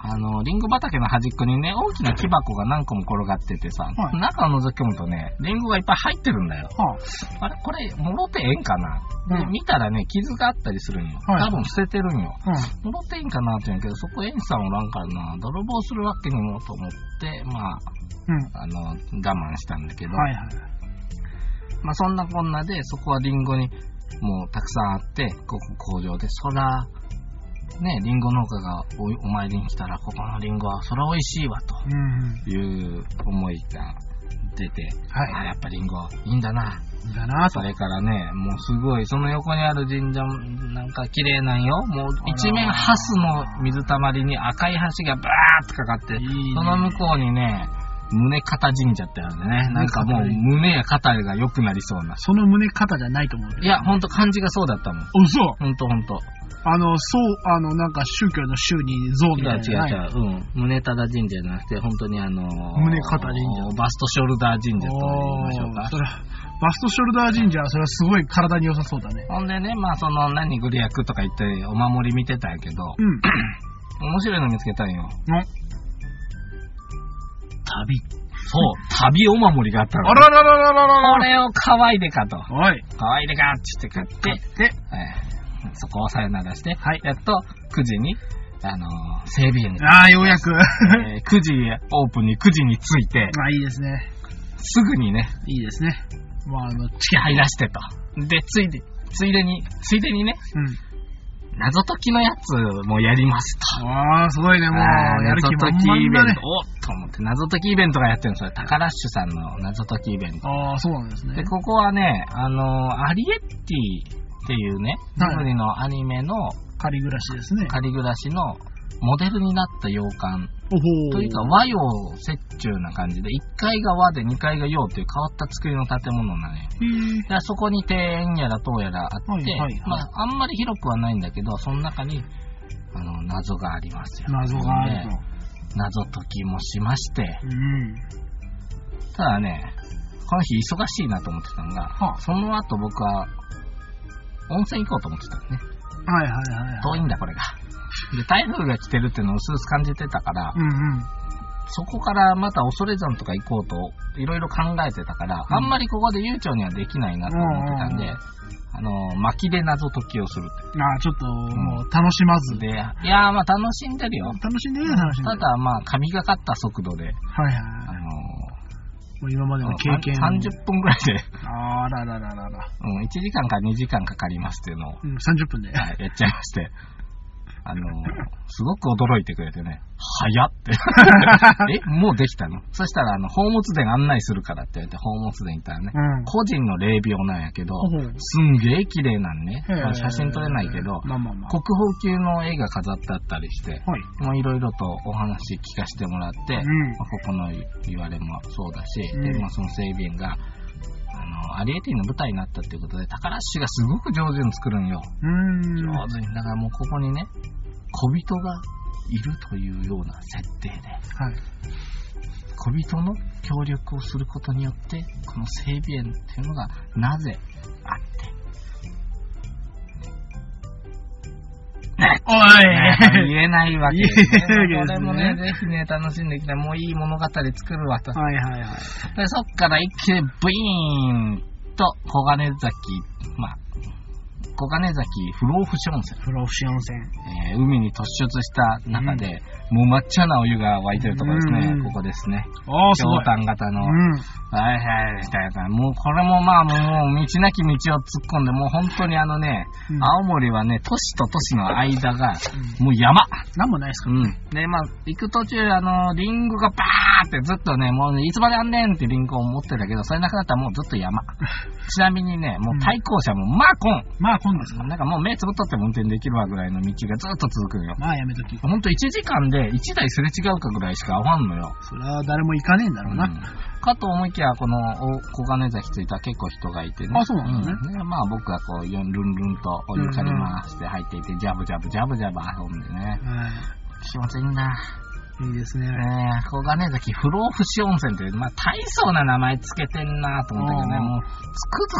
A: あの、リンゴ畑の端っこにね、大きな木箱が何個も転がっててさ、
B: はい
A: 中を覗き込むとね、リンゴがいっぱい入ってるんだよ。
B: は
A: あれこれ、もろてええんかな、
B: あ。
A: で、見たらね、傷があったりするんよ。
B: はい
A: 多分捨ててるんよ。
B: うん。
A: 戻っていいんかなって言うんやけど、そこ園さんおらんからな、泥棒するわけにもと思って、まあ、
B: うん。
A: あの、我慢したんだけど、
B: はいはい。
A: まあそんなこんなで、そこはリンゴにもうたくさんあって、ここ工場で、そら、ね、リンゴ農家がおお参りに来たら、ここのリンゴはそら美味しいわ、と
B: うんう
A: い
B: ん。
A: う思いが出て、あ
B: は
A: やっぱリンゴいいんだな。
B: い。だな
A: そ
B: と。
A: れからね、もうすごい、その横にある神社、なんか綺麗なんよ。もう一面ハスの水たまりに赤い橋がバーっとかかって、
B: いい
A: その向こうにね、胸肩神社ってあるんでね、なんかもう胸や肩が良くなりそうな。
B: その胸肩じゃないと思うけど。
A: いや、ほんと漢字がそうだったもん。
B: 嘘
A: ほんとほんと。
B: あの、そう、あの、なんか宗教の宗に像
A: 違
B: み
A: う
B: たい
A: 違う
B: な。
A: 違う。うん。胸ただ神社じゃなくて、本当にあのー
B: 胸肩神社
A: バストショルダー神社と言いましょ
B: お
A: う
B: ー
A: か
B: そ。れバストショルダー神社はそれはすごい体に良さそうだね。
A: ほんでね、まあその何ご利益とか言ってお守り見てたんやけど、
B: うん。
A: 面白いの見つけたんよ。
B: の
A: 旅。そう、旅お守りがあったの。
B: あらららららら
A: これを可愛いでかと。
B: おい。
A: 可愛いでかっつって買って、
B: で、
A: えーそこをさよならして、
B: はい
A: やっと9時に、あのー整備園に、
B: ああ、ようや く。あ
A: えー9時オープンに9時に着いて、
B: いいですね。
A: すぐにね、
B: いいですね。まあ、あの、
A: チケ入らしてと。で、ついで、ついでに、ついでにね、
B: う
A: 謎解きのやつもやりますと。
B: ん。ああ、すごいね、もう、
A: あー
B: やる
A: 謎
B: 気
A: 解
B: 満
A: きイ
B: 々
A: ベ
B: だ
A: ン
B: ね
A: ト。。おっと思って、謎解きイベントがやってるの、それ、タカラッシュさんの謎解きイベント。
B: ああ、そうなんです
A: で、
B: ね。
A: ここはね、あのーアリエッティっていうね、ジ
B: はい
A: ブリのアニメの
B: 仮暮らしですね。
A: 仮暮らしのモデルになった洋館
B: おほー
A: というか和洋折衷な感じで、1階が和で2階が洋という変わった作りの建物なのよ。
B: へー
A: で、そこに庭園やら塔やらあって、
B: はいはいはい
A: まあ、あんまり広くはないんだけど、その中に、あの、謎がありますよ。
B: 謎があると
A: で。謎解きもしまして、
B: うん。
A: ただね、この日忙しいなと思ってたのが、
B: はあ
A: その後僕は、温泉行こうと思ってたのね。
B: はいはいはいはい。
A: 遠いんだ、これが。で、台風が来てるっていうのを薄々感じてたから、
B: うんうん。
A: そこからまた恐山とか行こうといろいろ考えてたから、
B: うん
A: あんまりここで悠長にはできないなと思ってたんで、
B: うんうん
A: あの、薪で謎解きをするっ
B: ああ、ちょっと、もう、楽しまず
A: て。。で、いやーまあ楽しんでるよ。
B: 楽しんでるよ、楽しんで
A: た
B: る。
A: だまあ神がかった速度で、
B: はいはい
A: あ
B: は
A: の
B: い。もう今までの経験。
A: 30分ぐらいで、
B: あららららら。
A: うん、1時間か2時間かかりますっていうのを
B: うん、30分で。
A: はいやっちゃいまして、あの、すごく驚いてくれてね、早っ って。え、もうできたのそしたら、あの、宝物殿案内するからって言われて、宝物殿行ったらね、
B: うん。
A: 個人の霊廟なんやけど、
B: ほう
A: すんげえ綺麗なんね。
B: へー
A: まあ写真撮れないけど、
B: まあまあま
A: 国宝級の絵が飾ってあったりして、
B: あ。はい。
A: もういろいろとお話聞かせてもらって、ま
B: ん
A: あここの言われもそうだし、
B: うん
A: でまあ、その整備員が、あの、アリエティの舞台になったっていうことで、宝市がすごく上手に作るんよ。
B: うーん。
A: 上手に。だからもうここにね、小人がいるというような設定で、
B: はい。
A: 小人の協力をすることによってこの整備園っていうのがなぜあって
B: お
A: ね
B: い
A: 言えないわけです、
B: 言え
A: ね。こ
B: ない
A: れ
B: わ
A: も
B: けですね
A: ね、ぜひね、楽しんできたもういい物語作るわと。
B: はいはいはい。
A: で、そっから一気にブイーンと、小金崎、まあ、小金崎不老不死温泉、
B: 不老不死温泉。
A: えー海に突出した中で、もう抹茶なお湯が湧いてるところですね、
B: うん
A: ここですね。
B: ああ、すご
A: 氷。
B: い
A: 炭型の、
B: うん。
A: はいはい、みたいな。もうこれもまあもう、もう道なき道を突っ込んで、もう本当にあのね、
B: うん
A: 青森はね、都市と都市の間が、
B: うん
A: もう山。
B: なんもないですか
A: うん。で、まあ、行く途中、あの、リンゴがバーってずっとね、もう、いつまであんねんってリンゴを持ってるんだけど、それなくなったらもうずっと 山。ちなみにね、もう対向車も、まあこん。
B: まあ、今度ですか。
A: なんかもう目つぶっとっても運転できるわぐらいの道がずっと続くのよ。
B: まあ、やめとき。
A: ほんと1時間で1台すれ違うかぐらいしか合わんのよ。
B: それは誰も行かねえんだろう
A: うん
B: な。
A: かと思いきや、このお小金崎着いたら結構人がいてね。
B: あそうなんだね
A: うんでまあ僕がこう、よんルンルンとお湯かり回して入っていて、ジャブジャブジャブジャブ遊んでね。
B: は
A: 気持ちいいんだ。
B: い。いいですね。
A: ねえ、小金崎不老不死温泉という、まあ、大層な名前つけてんなと思ったけどね、
B: うん
A: もう、つく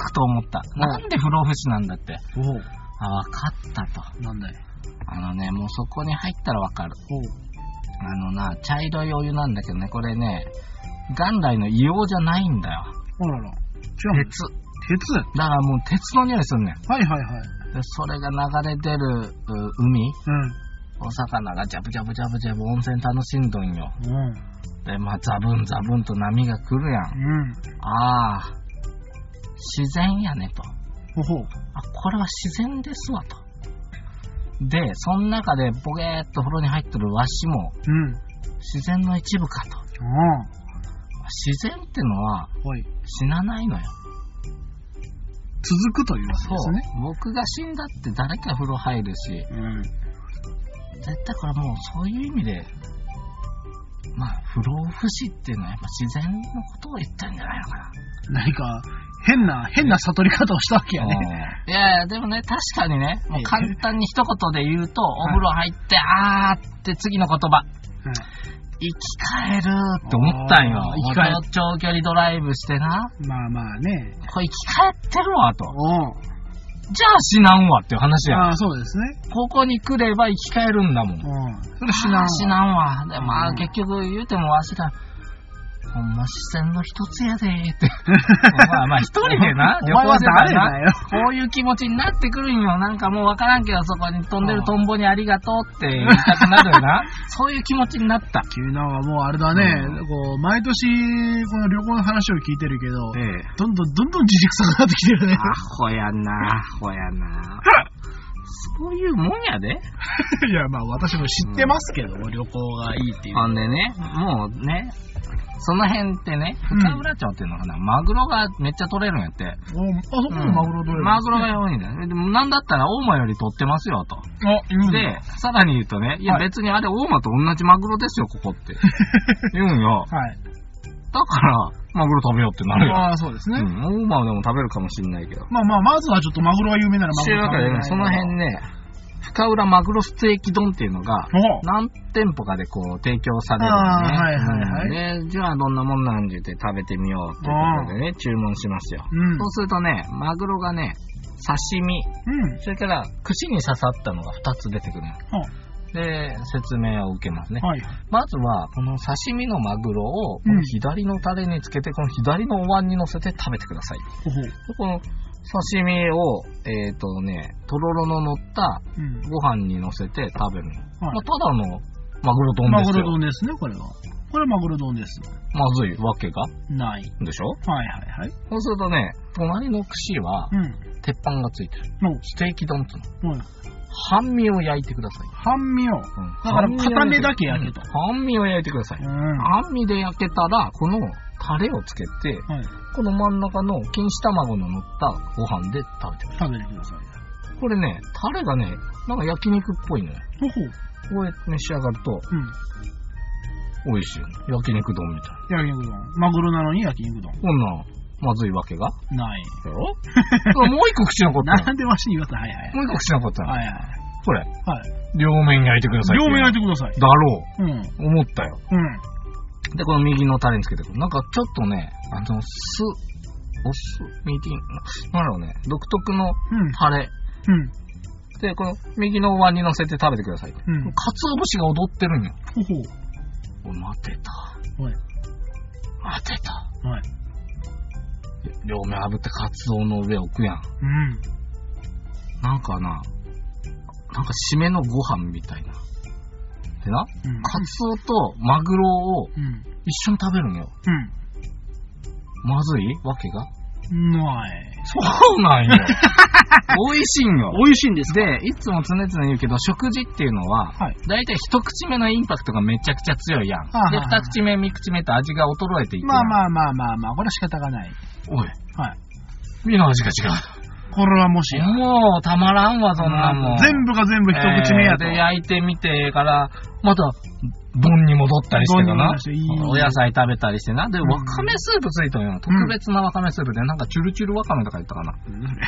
A: づくと思った。
B: ん
A: なんで不老不死なんだって。
B: おおう
A: あ、わかったと。
B: なんだい。
A: あのね、もうそこに入ったらわかる。
B: おう
A: あのな、茶色いお湯なんだけどね、これね、元来の硫黄じゃないんだよ。
B: あらら。違うの。
A: 鉄。
B: 鉄
A: だからもう鉄の匂いするねん。
B: はいはいはい。
A: で、それが流れ出るう海、
B: う
A: お魚がジャブジャブジャブジャブ温泉楽しんどんよ。
B: ん。うん。
A: で、まあ、ザブンザブンと波が来るやん。
B: うん。
A: ああ、自然やねと。
B: ほほう。
A: あ、これは自然ですわと。で、その中でボケーっと風呂に入ってるわしも
B: うん。
A: 自然の一部かと。
B: あ
A: 自然ってのは
B: あ。はい。
A: 死なないのよ。
B: 続くというわけですね。
A: 僕が死んだって誰か風呂入るし、
B: うん。
A: 絶対これもうそういう意味で、まあ、不老不死っていうのはやっぱ自然のことを言ってるんじゃないのかな。
B: 何か、変な、変な悟り方をしたわけやね。
A: うんいやいや、でもね、確かにね、もう簡単に一言で言うと、お風呂入って、あーって次の言葉、
B: うん
A: 生き返るって思ったんよ
B: あー。生き返る
A: 長長距離ドライブしてな、
B: まあまあね。
A: これ生き返ってるわと。
B: おう
A: じゃあ死なんわっていう話や
B: ああ、そうですね。
A: ここに来れば生き返るんだもん。
B: うん。それ死な
A: あー
B: ん。
A: 死なんわ。で、ま
B: う
A: あ
B: ん
A: 結局言うてもわしら、ほんま視線の一つやでー って。まあまあ一人で な、
B: お
A: 旅
B: 前
A: 行
B: は
A: してた
B: 誰
A: らな
B: だよ。
A: こういう気持ちになってくるんよ。なんかもうわからんけど、そこに飛んでるトンボにありがとうって言いたくなるよ な。そういう気持ちになった。
B: 君なんかもうあれだね、
A: う
B: こう毎年この旅行の話を聞いてるけど、
A: ええ
B: どんどんどんどん自軸さくなってきてるね。
A: アホやな、アホやな。そういうもんやで。
B: いや、まあ私も知ってますけど、旅行がいいっていう。
A: ほんでね、もうね、その辺ってね、
B: うん
A: 深浦町っていうのかな、マグロがめっちゃ取れるんやって。
B: おあ、そこ
A: う
B: も
A: ん
B: マグロ取れる、
A: マグロが多いんだよ。でもなんだったら大間より取ってますよ、と。
B: あ、いるんだ
A: で、さらに言うとね、いや
B: はい
A: 別にあれ大間と同じマグロですよ、ここって。言うんよ。
B: はい。
A: だから、マグロ食べようってなるよ。
B: ああ、そうですね。
A: うん、大間でも食べるかもしんないけど。
B: まあまあ、まずはちょっとマグロが有名ならマ
A: とい
B: グ
A: う
B: ロ
A: わ
B: 食
A: け
B: べ
A: で
B: ない
A: ね、その辺ね、深浦マグロステーキ丼っていうのが、
B: お
A: 何店舗かでこう提供される
B: あーはい
A: の
B: は
A: ね
B: いはい
A: うんで、じゃあどんなもんなんじゅって食べてみようということでね、注文しますよ。
B: うん。
A: そうするとね、マグロがね、刺身、
B: うん。
A: それから串に刺さったのが2つ出てくるの
B: は
A: で、説明を受けますね。
B: はい。
A: まずは、この刺身のマグロを、
B: うん
A: この左のタレにつけて、この左のお椀に乗せて食べてください。
B: ほほう。
A: でこの刺身を、えっ、とね、とろろの乗った
B: うん。
A: ご飯に乗せて食べるの。
B: はい
A: まあ、ただのマグロ丼
B: マ
A: で
B: グ
A: す
B: ロ
A: よ。
B: 丼ですね、これは。これはマグロ丼です。
A: まずいわけが
B: ない。
A: でしょ
B: はいはいはい。
A: そうするとね、隣の串は
B: うん。
A: 鉄板がついてる。ステーキ丼っていうの。
B: おはい。
A: 半身を焼いてください。
B: 半身を。
A: うん、
B: だから片目だけ焼けと
A: うん半身を焼いてください。
B: うん。は
A: 半身で焼けたら、このタレをつけて、
B: い。
A: この真ん中の錦糸卵の乗ったご飯で食べてくだ
B: 食べてください。
A: さい。これね、タレがね、なんか焼肉っぽいのよ。
B: ほ
A: こ
B: ほう。
A: れ召し上がると
B: うん。
A: 美味しいの。焼肉丼みたいな。
B: 焼肉丼。マグロなのに焼肉丼。
A: こんなんまずいわけが
B: ない。
A: だ ろだからもう一個口残ったの
B: なんでわしに言わせたはいはい。
A: もう一個口残ったの
B: はいはい。
A: これ、
B: はい。
A: 両面焼いてください。
B: 両面焼い
A: て
B: てください。
A: だろ
B: うん。
A: う。思ったよ。
B: うん。
A: で、この右のタレにつけてくる。なんかちょっとね、あの、酢、お酢、ミーティング、なんだろうね、独特の
B: うん。
A: タレ
B: うん。
A: で、この右のお椀に乗せて食べてください。
B: うん。ほ
A: カツオ節が踊ってるんよ。
B: うほう。
A: お待てた。
B: はい。
A: 待てた。
B: はい。
A: で両目炙ってカツオの上置くやん。
B: うん。
A: なんかな、なんか締めのご飯みたいな。でな、
B: うん。
A: カツオとマグロを
B: うん。
A: 一緒に食べるのよ。まずいわけが
B: うん。ない。
A: そうなんよ。 美味しいんよ。
B: 美味しいんですか
A: で、いつも常々言うけど、食事っていうのは、
B: はい。
A: 大体一口目のインパクトがめちゃくちゃ強いやん。
B: あ
A: で、
B: はい
A: 二口目、三口目と味が衰えていくやん。
B: まあまあまあまあまあ、これは仕方がない。
A: おい。
B: はい。
A: 身の味が違
B: これはもし、
A: う。もう、たまらんわ、そんなもん。
B: 全部が全部一口目やと。
A: えーで、焼いてみてから、また、盆に戻ったりして
B: 盆
A: か
B: に戻
A: な
B: りしていい。
A: お野菜食べたりしてな。で、
B: うん
A: わかめスープついたんよ。特別なわかめスープで、なんか、チュルチュルわかめとか言ったかな。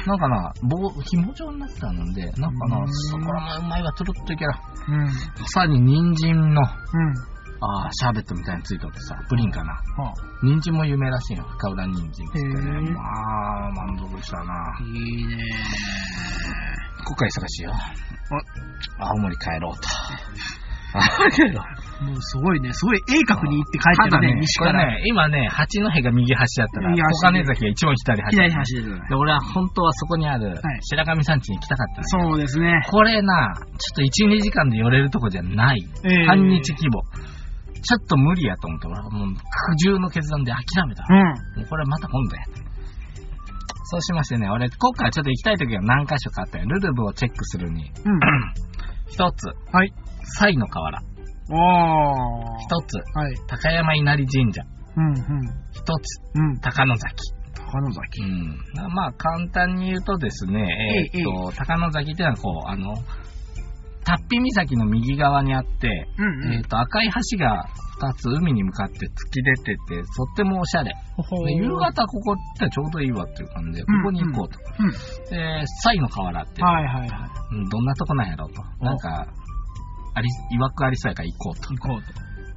A: なんかな、棒、紐状になってたんで、なんか
B: う
A: な、
B: ん
A: そこらもうまいわ、トロッといけら。
B: うん。うん。
A: さらに人参の、
B: うん。
A: あーシャーベットみたいについとってさ、プリンかな。
B: はあ、
A: 人参も有名らしいよ、深浦人参っつって
B: へ
A: ね。
B: ー
A: まあ、満足したな。
B: いいね
A: 今回忙しいよ。青森帰ろう と。青森帰ろう。
B: もうすごいね。すごい鋭角に行って帰って
A: ただ
B: るね、
A: ね、
B: 西
A: これ
B: から。
A: ね、今ね、八戸が右端だったら、
B: 右
A: 小
B: 端
A: 金崎が一番左端。
B: 左端ですね。
A: で、俺は本当はそこにある
B: はい、
A: 白神山地に行きたかったのよ
B: そうですね。
A: これな、ちょっと1、2時間で寄れるとこじゃない。
B: えー
A: 半日規模。ちょっと無理やと思って、俺はもう苦渋の決断で諦めた。
B: うん。
A: もうこれはまた今度や。そうしましてね、俺、今回ちょっと行きたい時は何箇所かあったよ。ルルブをチェックするに、
B: うん。
A: 一つ、
B: はい。
A: サイの河原、
B: おー。
A: 一つ、
B: はい。
A: 高山稲荷神社、
B: うん、
A: 一つ、
B: うん。うん。
A: 高野崎。
B: 高野崎。
A: うん。まあ、簡単に言うとですね、え
B: ええ
A: ーっと、高野崎ってのはこう、あの、タッピ岬の右側にあって、
B: うん、
A: えっ、と、赤い橋が2つ海に向かって突き出てて、とってもおしゃれ。
B: ほほ
A: で夕方ここってちょうどいいわっていう感じで、ここに行こうと。
B: うん。
A: で、サイの河原って、
B: はいはいはい。
A: うんどんなとこなんやろうと。
B: お
A: なんか、あり、曰くありそうやから行こうと。
B: 行こうと。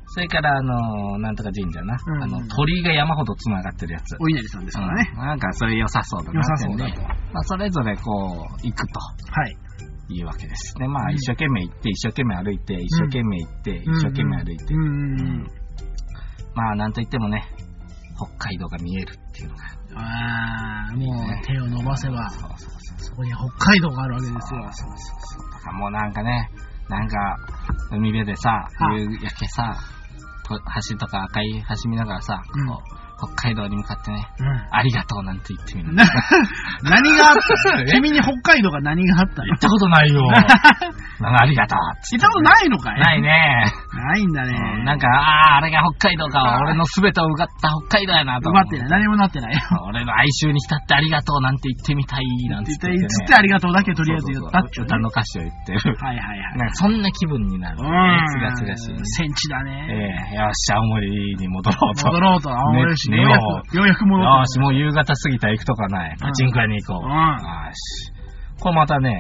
A: それから、あのーなんとか神社な。
B: うんうん
A: あの、鳥居が山ほど繋がってるやつ。
B: お稲荷さんですからね。
A: うんなんかそれ良さそうだな
B: 良さそうだ
A: ってねまあ、それぞれこう、行くと。
B: はい。
A: いうわけです。で、まあ、
B: うん
A: 一生懸命行って、一生懸命歩いて、一生懸命行って、一生懸命歩いて
B: う、ん、うん、うん。
A: まあ、なんといってもね、北海道が見えるっていうのが。
B: あー、もう手を伸ばせば、
A: そうそうそう。
B: そこに北海道があるわけですよ。
A: そうそうそう。だからもうなんかね、なんか、海辺でさ、
B: はい
A: 夕焼けさ、こ橋とか赤い橋見ながらさ、
B: うん
A: こう北海道に向かってね、
B: うん。
A: ありがとうなんて言 ってみる。
B: な、何があった
A: え
B: 君に北海道が何があったの
A: 行ったことない よ。なんかありがとう
B: 聞いたことないのかい
A: ない。ね。
B: ないんだね。
A: うんなんか、ああ、あれが北海道か、俺の全てを奪った北海道やなと
B: 奪
A: 思
B: ってない。何もなってないよ。
A: 俺の哀愁に浸ってありがとうなんて言ってみたいなんて
B: 絶
A: 言ってね、
B: 対、つってありがとうだけとりあえず言ったって
A: そうそ
B: い
A: うそう歌
B: うね
A: の歌詞を言ってる。
B: はいはいはい。
A: なんかそんな気分になる。すがすがしいね。
B: センチだね。
A: ええよし、青森に戻ろうと。
B: 戻ろうと。あ、俺よし、
A: ね
B: ようやく、ようやく戻っ
A: よ
B: た。
A: し、もう夕方過ぎたら行くとかない。パチンコ屋に行こう。
B: うん
A: よし。これまたね、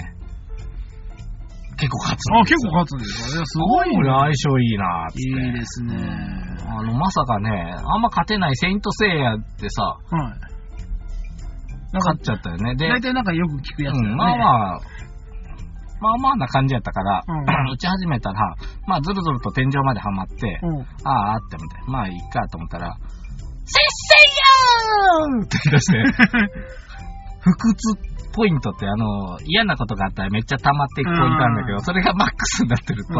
A: 結構勝つ
B: あ、
A: んです
B: 結
A: よ。
B: 構勝つんですよ。いやす
A: す
B: ご
A: ご
B: い
A: いね。
B: ね。
A: 相性いいなーっつって。
B: いいですね。
A: あの、まさかね、あんま勝てないセイントセイヤってさ、
B: はい。なん
A: 勝っ
B: か、
A: ちゃったよね。で、
B: 大体なんかよく聞くやつだ
A: う
B: よね。
A: ん、まあまあ、まあまあな感じやったから、
B: うん
A: 打ち始めたら、まあずるずると天井まではまって、
B: うん。
A: あああって思って、まあいいかと思ったら、せっせいやーって言い出して、 腹痛ポイントってあの、嫌なことがあったらめっちゃ溜まっていくポイントなんだけ
B: う
A: ど、
B: ん
A: それがマックスになってると、
B: うん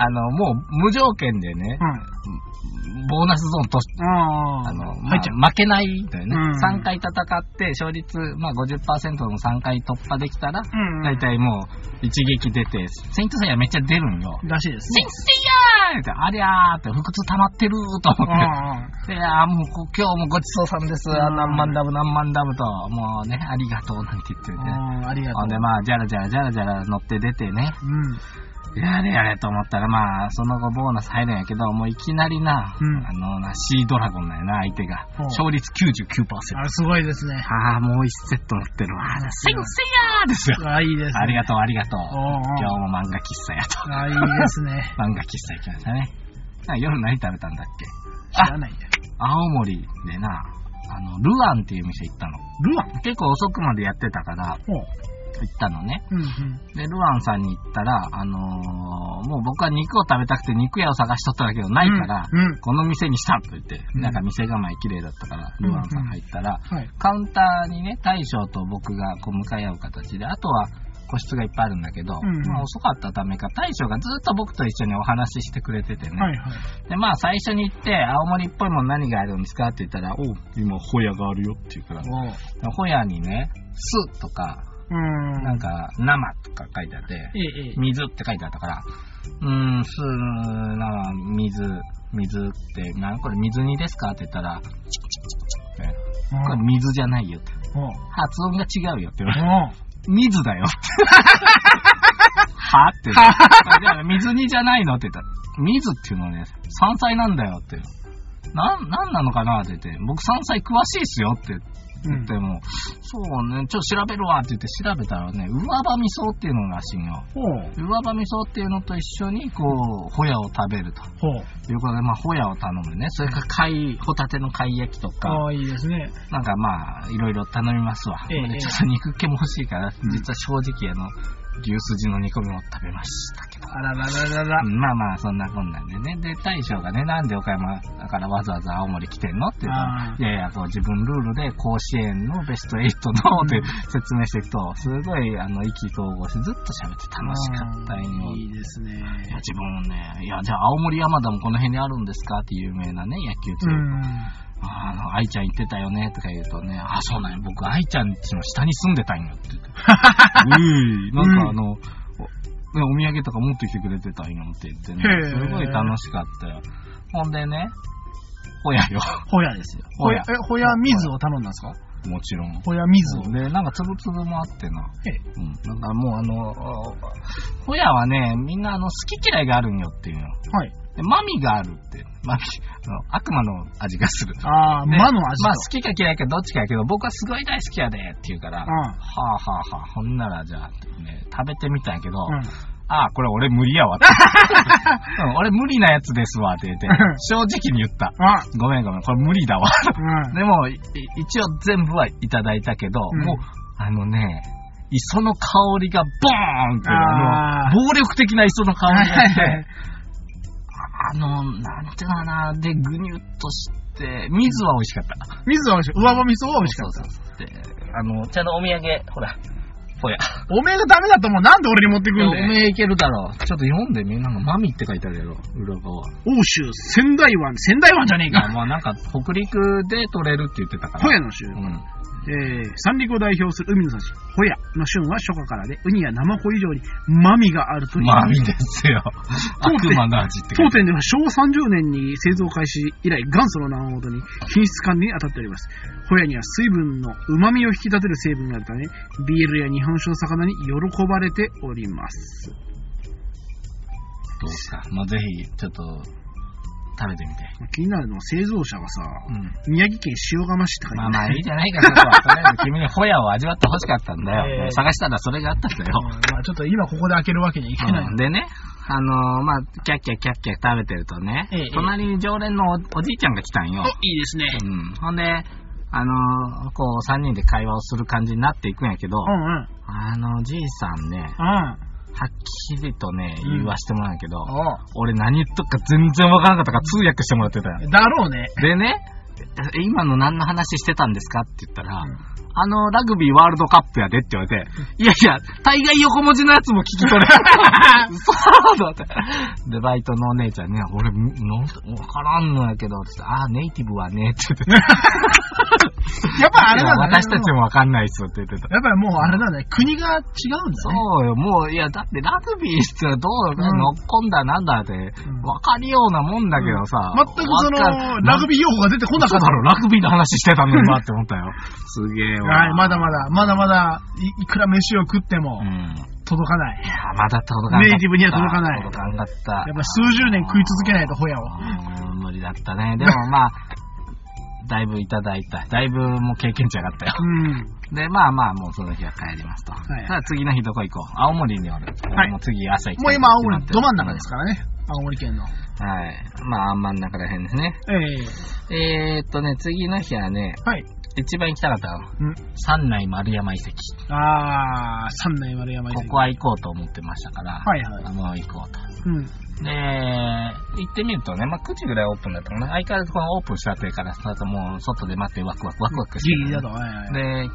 A: あの、もう無条件でね、ボーナスゾーンと
B: うん。ああ。
A: あの、ま
B: 入っちゃう。
A: あ負けないんだよね。
B: うん
A: 3回戦って、勝率、まあ、50%の3回突破できたら、
B: うん。
A: 大。体もう、一撃出て、セイントセイヤめっちゃ出るんよ。
B: らしいです
A: セイ
B: ね
A: ン。トセイヤーって、ありゃーって、腹痛溜まってるーと
B: うんう
A: 思って。
B: ん
A: で、あーもうこう、今日もごちそうさんです。
B: うん
A: 何万ダブ何万ダブと、もうね、ありがとうなんて言ってるね。
B: うん。ありがと
A: ほんで、まあ、じゃらじゃらじゃらじゃら乗って出てね、
B: う。うん。
A: やれやれと思ったら、まあ、その後ボーナス入るんやけど、もういきなりな、
B: うん
A: あのな、シードラゴンだよな、相手が。
B: ほう
A: 勝率99%。
B: あ、すごいですね。
A: ああ、もう一セット持ってるわ。先生やーですよ。
B: あ、いいですね。
A: ありがとう、ありがとう。
B: おうおう
A: 今日も漫画喫茶やと。
B: あ、いいで すね。
A: 漫画喫茶行きましたね。あ夜何食べたんだっけ
B: 知らないんだよ。
A: 青森でな、あの、ルアンっていう店行ったの。
B: ルアン
A: 結構遅くまでやってたから、
B: ほう。
A: ったのね。
B: うんうん。
A: で、ルアンさんに行ったら、あのーもう僕は肉を食べたくて肉屋を探しとったんだけど、ないから、
B: うん。うん
A: この店にしたと言って、
B: うん
A: なんか店構え綺麗だったから、ルアンさん入ったら、
B: はい。
A: カウンターにね、大将と僕がこう向かい合う形で、あとは個室がいっぱいあるんだけど、
B: うん
A: まあ遅かったためか、大将がずっと僕と一緒にお話ししてくれててね、
B: はいはい。
A: で、まあ最初に行って、青森っぽいもの何があるんですかって言ったら、おう今、ホヤがあるよって言うから、
B: おう。
A: ホヤにね、酢とか、
B: うん。
A: なんか生とか書いてあって、
B: ええええ。
A: 水って書いてあったから、うーん、酢、な、水、水って、なんこれ水煮ですかって言ったら、
B: うん
A: これ水じゃないよって。
B: おう。
A: 発音が違うよって言われて
B: おう。
A: 水 だよって。はって言って。だから水煮じゃないのって言ったら、水っていうのはね、山菜なんだよって。なん、なんなのかなって言って、僕山菜詳しいっすよって
B: うん。
A: でも、そうね、ちょっと調べるわって言って調べたらね、上場味噌っていうのらしいよ。
B: ほう。
A: 上場味噌っていうのと一緒に、こう、ホヤを食べると。
B: ほう。
A: いうことで、まあ、ホヤを頼むね。それから貝、ホタテの貝焼きとか、
B: かわいいですね。
A: なんかまあ、いろいろ頼みますわ。
B: ええ
A: でちょっと肉気も欲しいから、
B: ん
A: 実は正直あの、牛すじの煮込みも食べましたけど。
B: あららららら。
A: うんまあまあ、そんなこんなんでね。で、大将がね、なんで岡山からわざわざ青森来てんのって言う
B: あ
A: か
B: ー
A: ら、いやいや、こう自分ルールで甲子園のベスト8の、
B: うん
A: って説明していくと、すごい、あの、意気投合してずっと喋って楽しかったよ。
B: いいですね。
A: いや自分もね、いや、じゃあ青森山田もこの辺にあるんですかって有名なね、野球チ
B: う
A: ーム。
B: ん。
A: あの、愛ちゃん行ってたよねとか言うとね、あ、そうなんや、僕、愛ちゃんちの下に住んでたんよって言って。うーいなんかあの、おねお土産とか持ってきてくれてたんよって言ってね
B: へ、ー
A: すごい楽しかったよ。ほんでね、ほやよ、
B: ホヤですよ。
A: ホヤ
B: え、ホヤ水を頼んだんですか
A: もちろん。
B: ホヤ水を。
A: で、なんかつぶつぶもあってな。
B: へえ
A: うん。なんかもうあの、ほやはね、みんなあの、好き嫌いがあるんよっていうの。
B: はい。
A: で、マミがあるって。マミ、あの悪魔の味がする。
B: ああ、
A: で
B: 魔の味
A: まあ
B: と。
A: 好きか嫌いかどっちかやけど、僕はすごい大好きやでって言うから、は
B: あ
A: あはあはあ、ほんならじゃあ、ね、食べてみたんやけど、
B: うん。
A: ああ、これ俺無理や わって。うん、俺無理なやつですわって言って
B: うん、
A: 正直に言った。
B: あ、
A: ごめんごめん、これ無理だわ。
B: うん。
A: でも、いい一応全部はいただいたけど、
B: うん
A: もう、あのね、磯の香りがボーンっていう、あ
B: あー
A: の、暴力的な磯の香りがして、
B: はい
A: あの、なんていうのかな、で、ぐにゅっとして、水は美味しかった。
B: 水は美味しい。上場味噌は美味しかった。
A: で、あの、ちゃんとお土産、ほら、ほや。
B: おめえがダメだともうなんで俺に持ってくん
A: お
B: だよ。
A: めえいけるだろ。ちょっと読んでみ、なんかマミって書いてあるやろ、裏側。
B: 欧州、仙台湾、仙台湾じゃねえ
A: いや、
B: か。
A: まあなんか、北陸で取れるって言ってたから。
B: ホヤの旬。
A: うん。
B: えー、三陸を代表する海の幸、ホヤの旬は初夏からで、ウニやナマコ以上にマミがあるという。
A: マミですよ。悪魔の味って書
B: 当
A: いて
B: 店では昭和30年に製造開始以来元祖の名をもとに品質管理に当たっておりますホヤには水分の旨味を引き立てる成分があるためビールや日本酒の魚に喜ばれております
A: どうですか。まあぜひ、ちょっと、食べてみて。
B: 気になるのは製造者がさ
A: うん。
B: 宮城県塩釜市って書いて
A: ま
B: あ
A: あ
B: る
A: まあいいじゃ ないか、そこは。とりあえず君にホヤを味わってほしかったんだよ。
B: ええ
A: 探したらそれがあったんだよ。
B: まあちょっと今ここで開けるわけにはいかない、
A: うんでね、あのーまあ、キャッキャキャッキャ食べてるとね、
B: ええ
A: 隣に常連のおおじいちゃんが来たんよ
B: お。いいですね
A: うん、ほんで、あのーこう、3人で会話をする感じになっていくんやけど、
B: うんうん
A: あの、じいさんね、
B: うん
A: はっきりとね、
B: うん
A: 言わしてもらうんやけど、
B: お
A: 俺何言っとくか全然わからなかったから通訳してもらってたよ。
B: だろうね
A: でね、え今の何の話してたんですかって言ったら、
B: うん
A: あの、ラグビーワールドカップやでって言われて、いやいや、大概横文字のやつも聞き取れる。 そうだって。で、バイトのお姉ちゃんね、俺、んなんわからんのやけど、つってあーネイティブはね、って言ってて、
B: やっ ぱあれなんだね
A: 私たちもわかんないっすって言ってた。
B: やっぱりもうあれなんだね国が違うんだね
A: そうよ、もう、いや、だってラグビーってのはどう、
B: うん
A: 乗っ込んだなんだって、
B: ん
A: わかりようなもんだけどさ。
B: 全くそのラグ
A: ビー
B: ビー用語が出てこな
A: だ
B: かった
A: ろ、ラグビーの話してたんだよなって思ったよ。 すげえわ。
B: はい、まだまだ、まだまだ、いいくら飯を食っても
A: うん。
B: 届かない。
A: いやまだ届かなかった。
B: ネイティブには届かない
A: 届かなかった。
B: やっぱ数十年食い続けないとホヤを。
A: うーん無理だったね。でもまあ、 だいぶいただいた。だいぶもう経験値上がったよ。
B: うん。
A: で、まあまあ、もうその日は帰りますと。
B: はい
A: ただ次の日どこ行こう青森におる。
B: い
A: もう次朝行き
B: も
A: た
B: う
A: い
B: 今、青森、ど真ん中ですすからね。青森県の。
A: はい。まあ、真ん中らへんですね。
B: ええ
A: えー、っとね、次の日はね、
B: はい。
A: え一番行きたかったのは
B: うん、
A: 三内丸山遺跡。
B: あー、三内丸山遺
A: こ
B: 跡。
A: こは行こうと思ってましたから、
B: はいはい
A: あの、行こうと。
B: うん。
A: で、行ってみるとね、まあ、9時ぐらいオープンだったかな。相変わらずこのオープンしたてから、その後もう外で待ってワクワクワクワクして
B: ギ
A: た
B: リ
A: の
B: ギ
A: ね
B: リだと。はいはいはい。
A: で、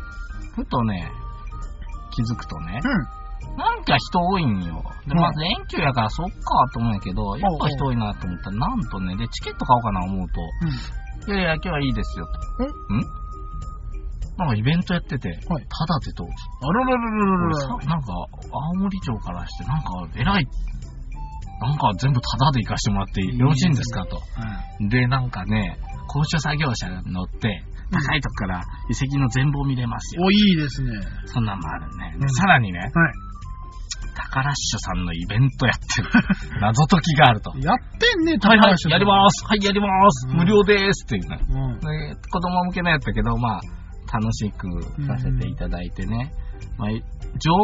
A: ふとね、気づくとね、
B: うん。
A: なんか人多いんよ。で、
B: うん
A: まず遠距離やからそっかと思うんやけど、やっぱ人多いなと思ったら、なんとね、で、チケット買おうかな思うと、いやいや、今日はいいですよと。
B: え
A: んなんかイベントやってて、ただ
B: い
A: でと、
B: あらららららら。
A: さなんか青森町からして、なんか偉い、なんか全部タダで行かしてもらってよろしいんですかと。で、なんかね、高所作業車に乗って、
B: うん
A: 高いとこから遺跡の全貌見れますよ。
B: お、いいですね。
A: そんなんもあるね。
B: う
A: で
B: ん
A: さらにね、
B: は。
A: 宝ラッシュさんのイベントやって る。謎解きがあると。はい
B: やってんね、
A: いはい、
B: 橋
A: やります。はい、やります。
B: うん
A: 無料です。っていうね。
B: うん。うん。
A: で子供向けのやったけど、まあ、楽しくさせていただいてね。まあ、縄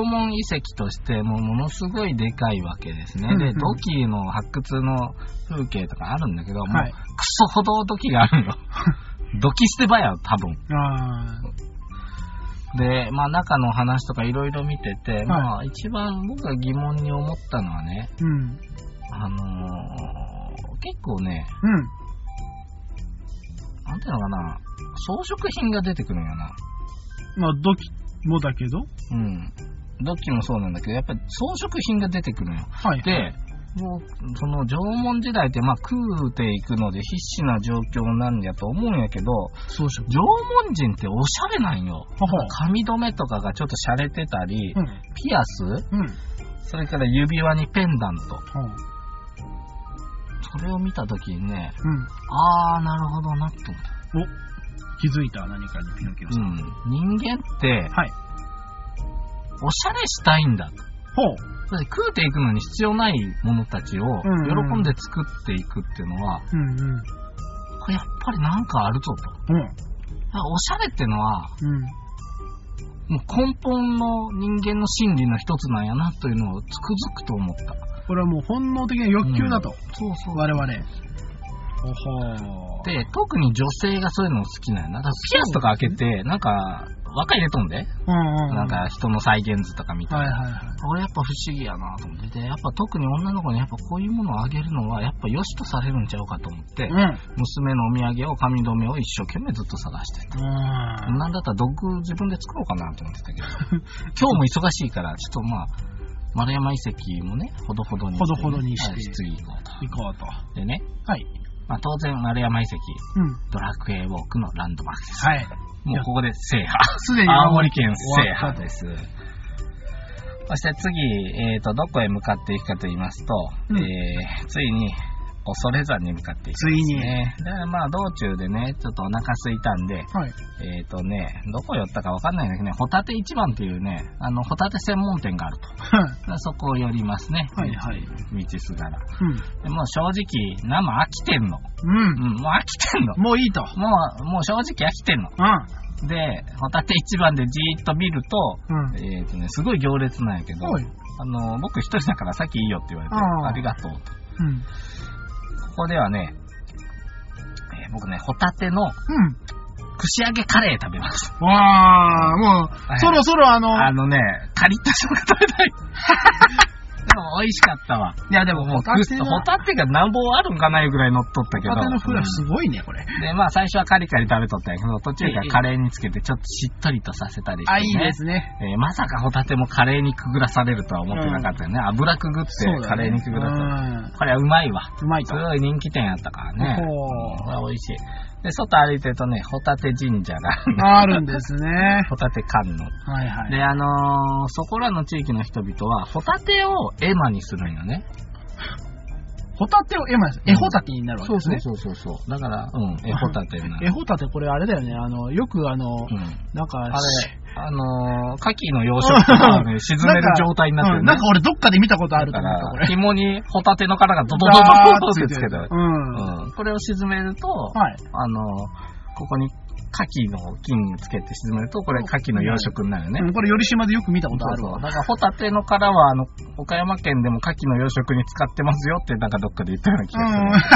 A: 文遺跡としてもものすごいでかいわけですね。
B: うんう
A: で、
B: ん
A: 土器の発掘の風景とかあるんだけど、もう、
B: はい
A: クソほど土 器があるよ。土器捨て場や、多分。
B: あー
A: で、まあ中の話とかいろいろ見てて、
B: い
A: まあ一番僕が疑問に思ったのはね、
B: うん。
A: あのー、結構ね、
B: うん。
A: なんていうのかな、装飾品が出てくるんやな。
B: まあ、土器もだけど。
A: うん。どっちもそうなんだけど、やっぱり装飾品が出てくるんよ。
B: はい。
A: で、もう、その縄文時代って、まあ、食うていくので必死な状況なんやと思うんやけど、
B: 装飾。
A: 縄文人っておしゃれなんよ。
B: ほほ
A: 髪留めとかがちょっと洒落てたり、
B: うん。
A: ピアス、
B: うん。
A: それから指輪にペンダント。
B: ほう
A: それを見たときにね、
B: うん。
A: あー、なるほどなって思った。
B: 気づいた何かにピノキオ
A: う
B: さ
A: ん、
B: ん。
A: 人間って、
B: はい。
A: おしゃれしたいんだと。
B: ほう。
A: だって食うていくのに必要ないものたちを
B: うんうん
A: 喜んで作っていくっていうのは、
B: うんうん。
A: これやっぱりなんかあるぞと。だか
B: ほう。
A: らおしゃれってのは、
B: う
A: も
B: ん。
A: う根本の人間の心理の一つなんやなというのをつくづくと思った。
B: これはもう本能的な欲求だと。
A: そうそ
B: 我々。ほほー。
A: で、特に女性がそういうの好きなんやな。だからピアスとか開けて、なんか、若い入れとんで、
B: うんうんうん。
A: なんか人の再現図とか見た
B: はい
A: ら。
B: はいはい。
A: 俺やっぱ不思議やなと思って、で、やっぱ特に女の子にやっぱこういうものをあげるのは、やっぱ良しとされるんちゃうかと思って、
B: うん。
A: 娘のお土産を髪留めを一生懸命ずっと探してて。
B: うん。
A: なんだったらドッグ自分で作ろうかなと思って たけど、今日も忙しいから、ちょっとまあ、丸山遺跡もね、ほどほどにね
B: ほどほどにして
A: はい次行こう
B: 行こうと。
A: と。でね、
B: はい。
A: まあ、当然丸山遺跡、
B: うん。
A: ドラクエウォークのランドマークです。
B: はい。
A: もうここで制覇。
B: すでに
A: 青森県制
B: 終わっ
A: 覇
B: たと
A: です。そして次、えー、と、どこへ向かっていくかと言いますと、
B: うん
A: えー、ついに、恐山に向かっていく
B: ついに。
A: ね。で、まあ、道中でね、ちょっとお腹空いたんで、
B: はい。
A: えっ、とね、どこ寄ったかわかんないんだけどね、ホタテ一番っていうね、あの、ホタテ専門店があると。でそこを寄りますね。
B: はいはい
A: 道道すがら。
B: うん。
A: でもう正直、生飽きてんの。
B: うん
A: うん、。もう飽きてんの。
B: もういいと。
A: もう、もう正直飽きてんの。
B: う
A: で、ホタテ一番でじーっと見ると、
B: ん。うん。
A: えっ、とね、すごい行列なんやけど、
B: はい。
A: あの、僕一人だからさっきいいよって言われて、
B: あー
A: ありがとうと。
B: うん。う
A: ここではね、えー僕ね、ホタテの
B: ん。
A: 串揚げカレー食べます。
B: わあ、もう、
A: はい
B: そろそろあの、
A: あのね、カリッとしたのが食べたい。 でも美味しかったわ。いやでももう、
B: ホタテ
A: ホ
B: な
A: タホタテが何本あるんかないぐらい乗っとったけど。
B: ホタテのフラす
A: うん
B: ごいね、これ。
A: で、まあ最初はカリカリ食べとったんやけど、途中か
B: ええ
A: らカレーにつけてちょっとしっとりとさせたりして、ね。
B: あ、いいですね。
A: えーまさかホタテもカレーにくぐらされるとは思ってなかったよね。油くぐってカレーにくぐらされる。
B: うん。
A: これはうまいわ。
B: うまい
A: す
B: と。
A: ごい人気店やったからね。
B: ほう
A: うんこれは美味しい。で、外歩いてるとね、ホタテ神社があるね、
B: あるんですね。は
A: ホタテ観音。
B: いはい。
A: で、あのーそこらの地域の人々は、ホタテを絵馬にするんよね。
B: ホタテを、え、まあ、えホタテになるわけですね。
A: そうそうそうそう。だから、うん、絵ホタテにな
B: え
A: る。
B: ホタテ、これあれだよね。あの、よくあの
A: う、ん、
B: なんか、
A: あれ、あのー牡蠣の養殖とかをね、沈める状態になってる
B: うん
A: ね
B: なん。か俺どっかで見たことある
A: だ
B: と思った、こ
A: から、
B: れ。
A: 紐にホタテの殻がドドドドドドってつけてる
B: う。ん。
A: うん。これを沈めると、
B: はい。
A: あの、ここに牡蠣の菌つけて沈めると、これ牡蠣の養殖になるよね。
B: うんこれ、より島でよく見たこと
A: そう
B: ある
A: そう
B: わ。
A: だから、ホタテの殻は、あの、岡山県でも牡蠣の養殖に使ってますよって、なんかどっかで言ったような気
B: うん
A: がす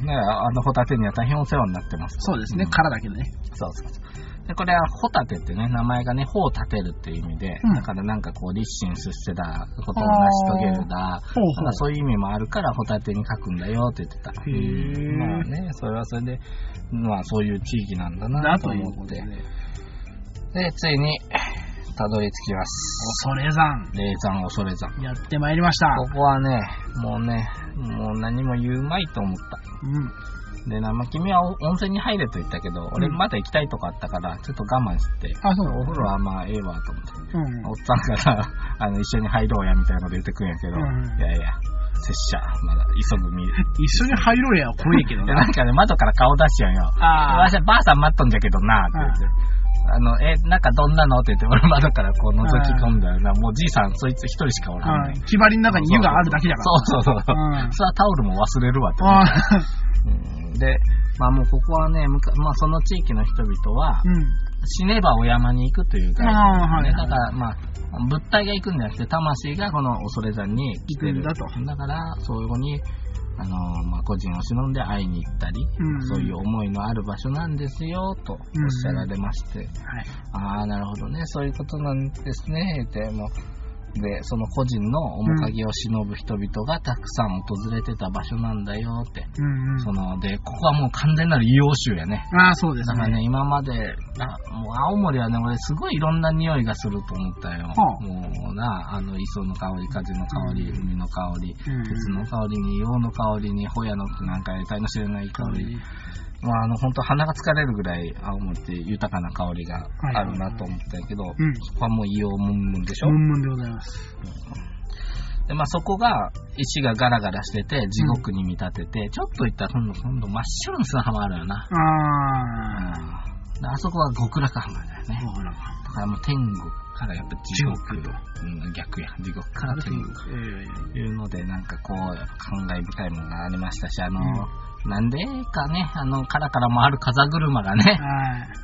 A: る。うん。だから、あの、ホタテには大変お世話になってます。
B: そうですね、
A: ん
B: 殻だけどね。
A: そうそうそう。で、これは、ホタテってね、名前がね、帆を立てるっていう意味で、
B: うん
A: だからなんかこう、立身出世だ、ことを成し遂げるだ、
B: ほう
A: なんかそういう意味もあるから、ホタテに書くんだよって言ってた。
B: へー
A: まあね、それはそれで、まあそういう地域なんだ
B: だ
A: なと
B: という
A: 思
B: こ
A: っ
B: とで
A: て。。で、ついに、たどり着きます。
B: 恐れ山、
A: 霊山、恐れ山。
B: やってまいりました。
A: ここはね、もうね、もう何も言うまいと思っ
B: うん。
A: た。でな、まあ、君は温泉に入れと言ったけど、俺
B: うん
A: まだ行きたいとかあったから、ちょっと我慢して、
B: あ、そう。
A: お風呂はまあええわと思って。
B: うん。
A: おっさんから、 あの、一緒に入ろうや、みたいなこと言ってくんやけど、
B: うん
A: いやいや、拙者、まだ急ぐ身。
B: 一緒に入ろうや、怖いけど
A: でな
B: な。
A: んかね、窓から顔出しちゃうよ。
B: あ
A: わ
B: ー
A: しはばあさん待っとんじゃけどな、って言って。あの、え、なんかどんなのって言って、俺窓からこう覗き込んだよな。もうじいさん、そいつ一人しかおらん
B: う
A: ね
B: ん。木張りの中に湯があるだけだから。
A: そうそうそう。
B: うん
A: さあタオルも忘れるわって思っ
B: あ
A: て。
B: ー
A: うんで、まあもうここはね、むかまあその地域の人々は
B: う、ん。
A: 死ねばお山に行くという概念
B: あーはい
A: ね、だから、まあ、物体が行くんじゃなくて、魂がこの恐れ山に来てる
B: 行くんだ
A: だ
B: と
A: から、そういう子に、あのーまあ、個人を忍んで会いに行ったり、
B: うん
A: そういう思いのある場所なんですよ、とおっしゃられまして、
B: はい。
A: ああ、なるほどね、そういうことなんですね、でもうで、その個人の面影を忍ぶ人々がたくさん訪れてた場所なんだよって、
B: うんうん。
A: その、で、ここはもう完全なる硫黄臭やね。
B: ああ、そうです
A: だから
B: ね。
A: ね、今まで、あもう青森はね、俺すごいいろんな匂いがすると思ったよ。
B: はあ
A: もうな、あの、磯の香り、風の香り、
B: う
A: 海の香り、
B: うん
A: 鉄の香りに、硫黄の香りに、ホヤのなんか得体の知れない香り。
B: う
A: まあ、あの、本当鼻が疲れるぐらい青森って豊かな香りがあるなと思ったけど、こ
B: ん。
A: こはもう硫黄ムンムンでしょ、
B: ムンムンでございます。
A: で、まあ、そこが、石がガラガラしてて、地獄に見立てて、ちょっと行ったら今度、今度真っ白の砂浜あるよな。
B: ああ。
A: うんであそこは極楽浜だよね。
B: ほら。
A: だからもう天国からやっぱ地獄
B: 地獄
A: うん、逆や地獄から天国というのでなんかこうやっぱ感慨深いものがありましたしあの、なんでかねあのカラカラ回る風車がね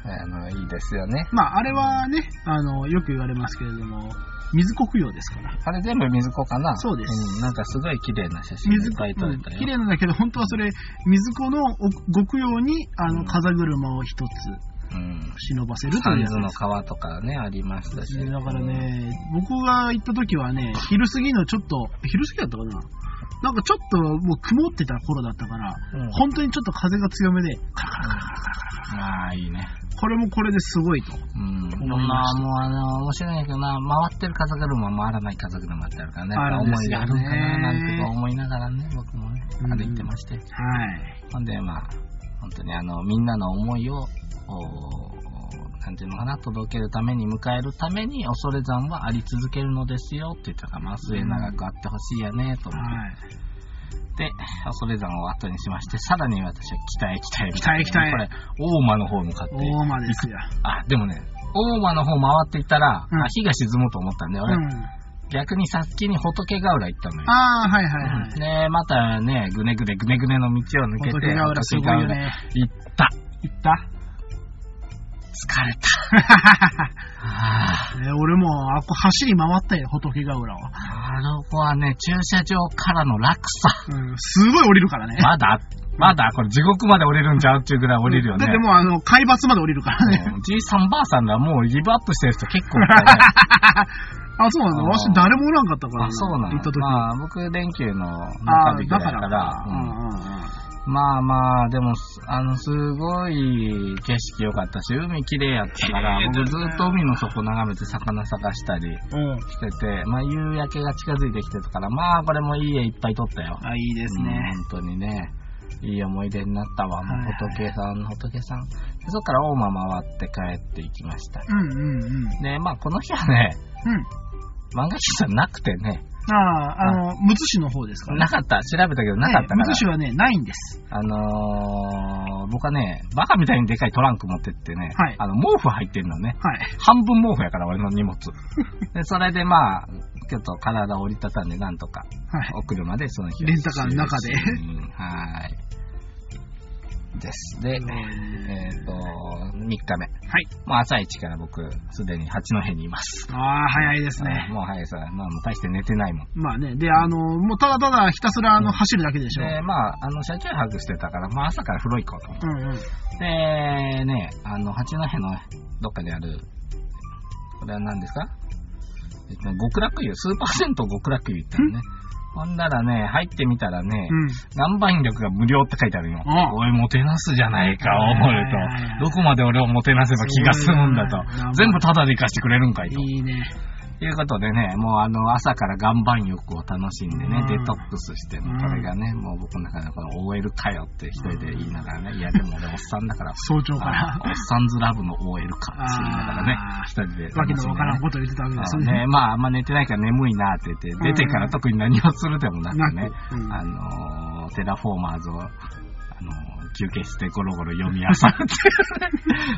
B: はい。
A: あのいいですよね
B: まあ、あれはね、あの、よく言われますけれども、水黒用ですから。
A: あれ全部水子かな
B: そうです
A: ん、なんかすごい綺麗な写真がい
B: 水
A: っぱい撮れたよ、
B: 綺麗なんだけど、本当はそれ、水子の極用に、あ
A: う
B: の、
A: ん
B: 風車を一つ
A: うん
B: 忍ばせると
A: サ
B: いう
A: ン
B: やつ
A: ズ
B: で
A: の
B: す。
A: 川とかねありましたし
B: だからね、僕が行った時はね、昼過ぎのちょっと、昼過ぎだったかななんかちょっともう曇ってた頃だったから、
A: うん
B: 本当にちょっと風が強めで、カラカラカラカラ
A: ああいいね
B: これもこれですごいと。
A: うん
B: 思い
A: ま
B: ま
A: あ
B: した
A: もうあの面白いんやけどな回ってる風車は回らない風車ってあるからね
B: あるんで
A: 思い
B: す
A: が
B: よ
A: あ
B: ね
A: るんかななんてこう思いながらね僕もね
B: うん
A: 歩いてまして、
B: はい。
A: ほんでまあ本当にあのみんなの思いをおーなんていうのかな届けるために迎えるために恐れ山はあり続けるのですよって言ったからまあ末長くあってほしいやねと思っ
B: はい。
A: て、恐れ山を後にしましてさらに私は北へ北へみたいな
B: 北へ北へ
A: これ大間の方向かって
B: 大間ですよ。
A: あ、でもね、大間の方回っていったら、
B: うん
A: あ火が沈むと思ったんで、
B: う
A: 俺、
B: ん。
A: 逆に先に仏ヶ浦行ったのよ。
B: ああ、はいはいは
A: う
B: い
A: ん。で、またね、ぐねぐねぐねぐねの道を抜けて、
B: 仏ヶ浦すごいよね。
A: 仏ヶ浦行った。
B: 行った
A: 疲れた。あ
B: えー俺も、あっこ走り回ったよ、仏ヶ浦は。
A: あ、あの子はね、駐車場からの落差。
B: うん、すごい降りるからね。
A: まだ、まだ、これ地獄まで降りるんちゃうっていうぐらい降りるよね。
B: だってもう、あの、海抜まで降りるからね。
A: うんじいさんばあさんがもうギブアップしてる人結構いたね。
B: あ、そうなんだ。
A: あー
B: わし、誰もおらんかったから
A: あ、そうなん
B: 行った時。
A: まあ、僕、連休の
B: あ
A: 中
B: ー
A: 日ぐ
B: だ
A: らいか
B: か
A: らら、
B: か。
A: うん
B: うんうんうん
A: まあまあ、でも、すあの、すごい景色良かったし、海綺麗やったから、
B: 綺麗だ
A: 僕
B: ね
A: ずっと海の底眺めて魚探したり
B: うん。
A: してて、まあ夕焼けが近づいてきてたから、まあこれもいい絵いっぱい撮ったよ。
B: あ、いいです
A: う
B: ね。
A: ん本当にね、いい思い出になったわ。も
B: はいはいう
A: 仏さん、仏さん。でそこから大間回って帰っていきました。
B: うんうんうん。うん。
A: で、まあこの日はね、漫画喫茶なくてね、
B: ああ、あの、むつ市の方ですから
A: な
B: ね。
A: かった。調べたけどなかったから。
B: むつ市はね、ないんです。
A: あのー、僕はね、バカみたいにでかいトランク持ってってね、
B: はい
A: あの毛布入ってるのね。
B: はい。
A: 半分毛布やから、俺の荷 物。で、それでまあ、ちょっと体を折りたたんで、なんとか、
B: はい。
A: お車でその日は
B: レンタカーの中で
A: 終始うんはーい。です。で、えっ、と、3日目。
B: はい。
A: もう朝一から僕、すでに八戸にいます。
B: ああ、早いですね。
A: もう早いさ、まあ、もう大して寝てないもん。
B: まあね、で、あの、もうただただひたすらあ
A: う
B: の
A: ん
B: 走るだけでしょ。
A: で、まあ、あの、車中泊してたから、まあ、朝から風呂行こうと思って。
B: うんうん。
A: で、ね、あの、八戸のどっかにある、これは何ですかえっと、極楽湯、スーパーセント極楽湯行ったのね。ほんならね、入ってみたらね、
B: うん。
A: 岩盤力が無料って書いてあるよ。
B: あ
A: おい、もてなすじゃないか、思
B: はいはいはいは
A: う
B: い
A: と。どこまで俺をもてなせば気が済むんだ
B: そうだよな
A: と。全部タダで行かしてくれるんかいと。
B: いいね。
A: いうことでね、もうあの、朝から岩盤浴を楽しんでね
B: う、ん
A: デトックスして、もうこれがね、もう僕の中でこの OL かよって一人で言いながらね、いやでも俺おっさんだから、
B: 早朝から。
A: あおっさんずラブの OL かって言いながらね
B: あー、
A: 一人で
B: わ
A: 楽しんで
B: け
A: ね、
B: のわからんこと言ってたわけです
A: あ
B: よ
A: のね、まあ、あんま寝てないから眠いなって言って、出てから特に何をするでもなくね、
B: なくうん
A: あのーテラフォーマーズを、あのー休憩してゴロゴロ読み漁って、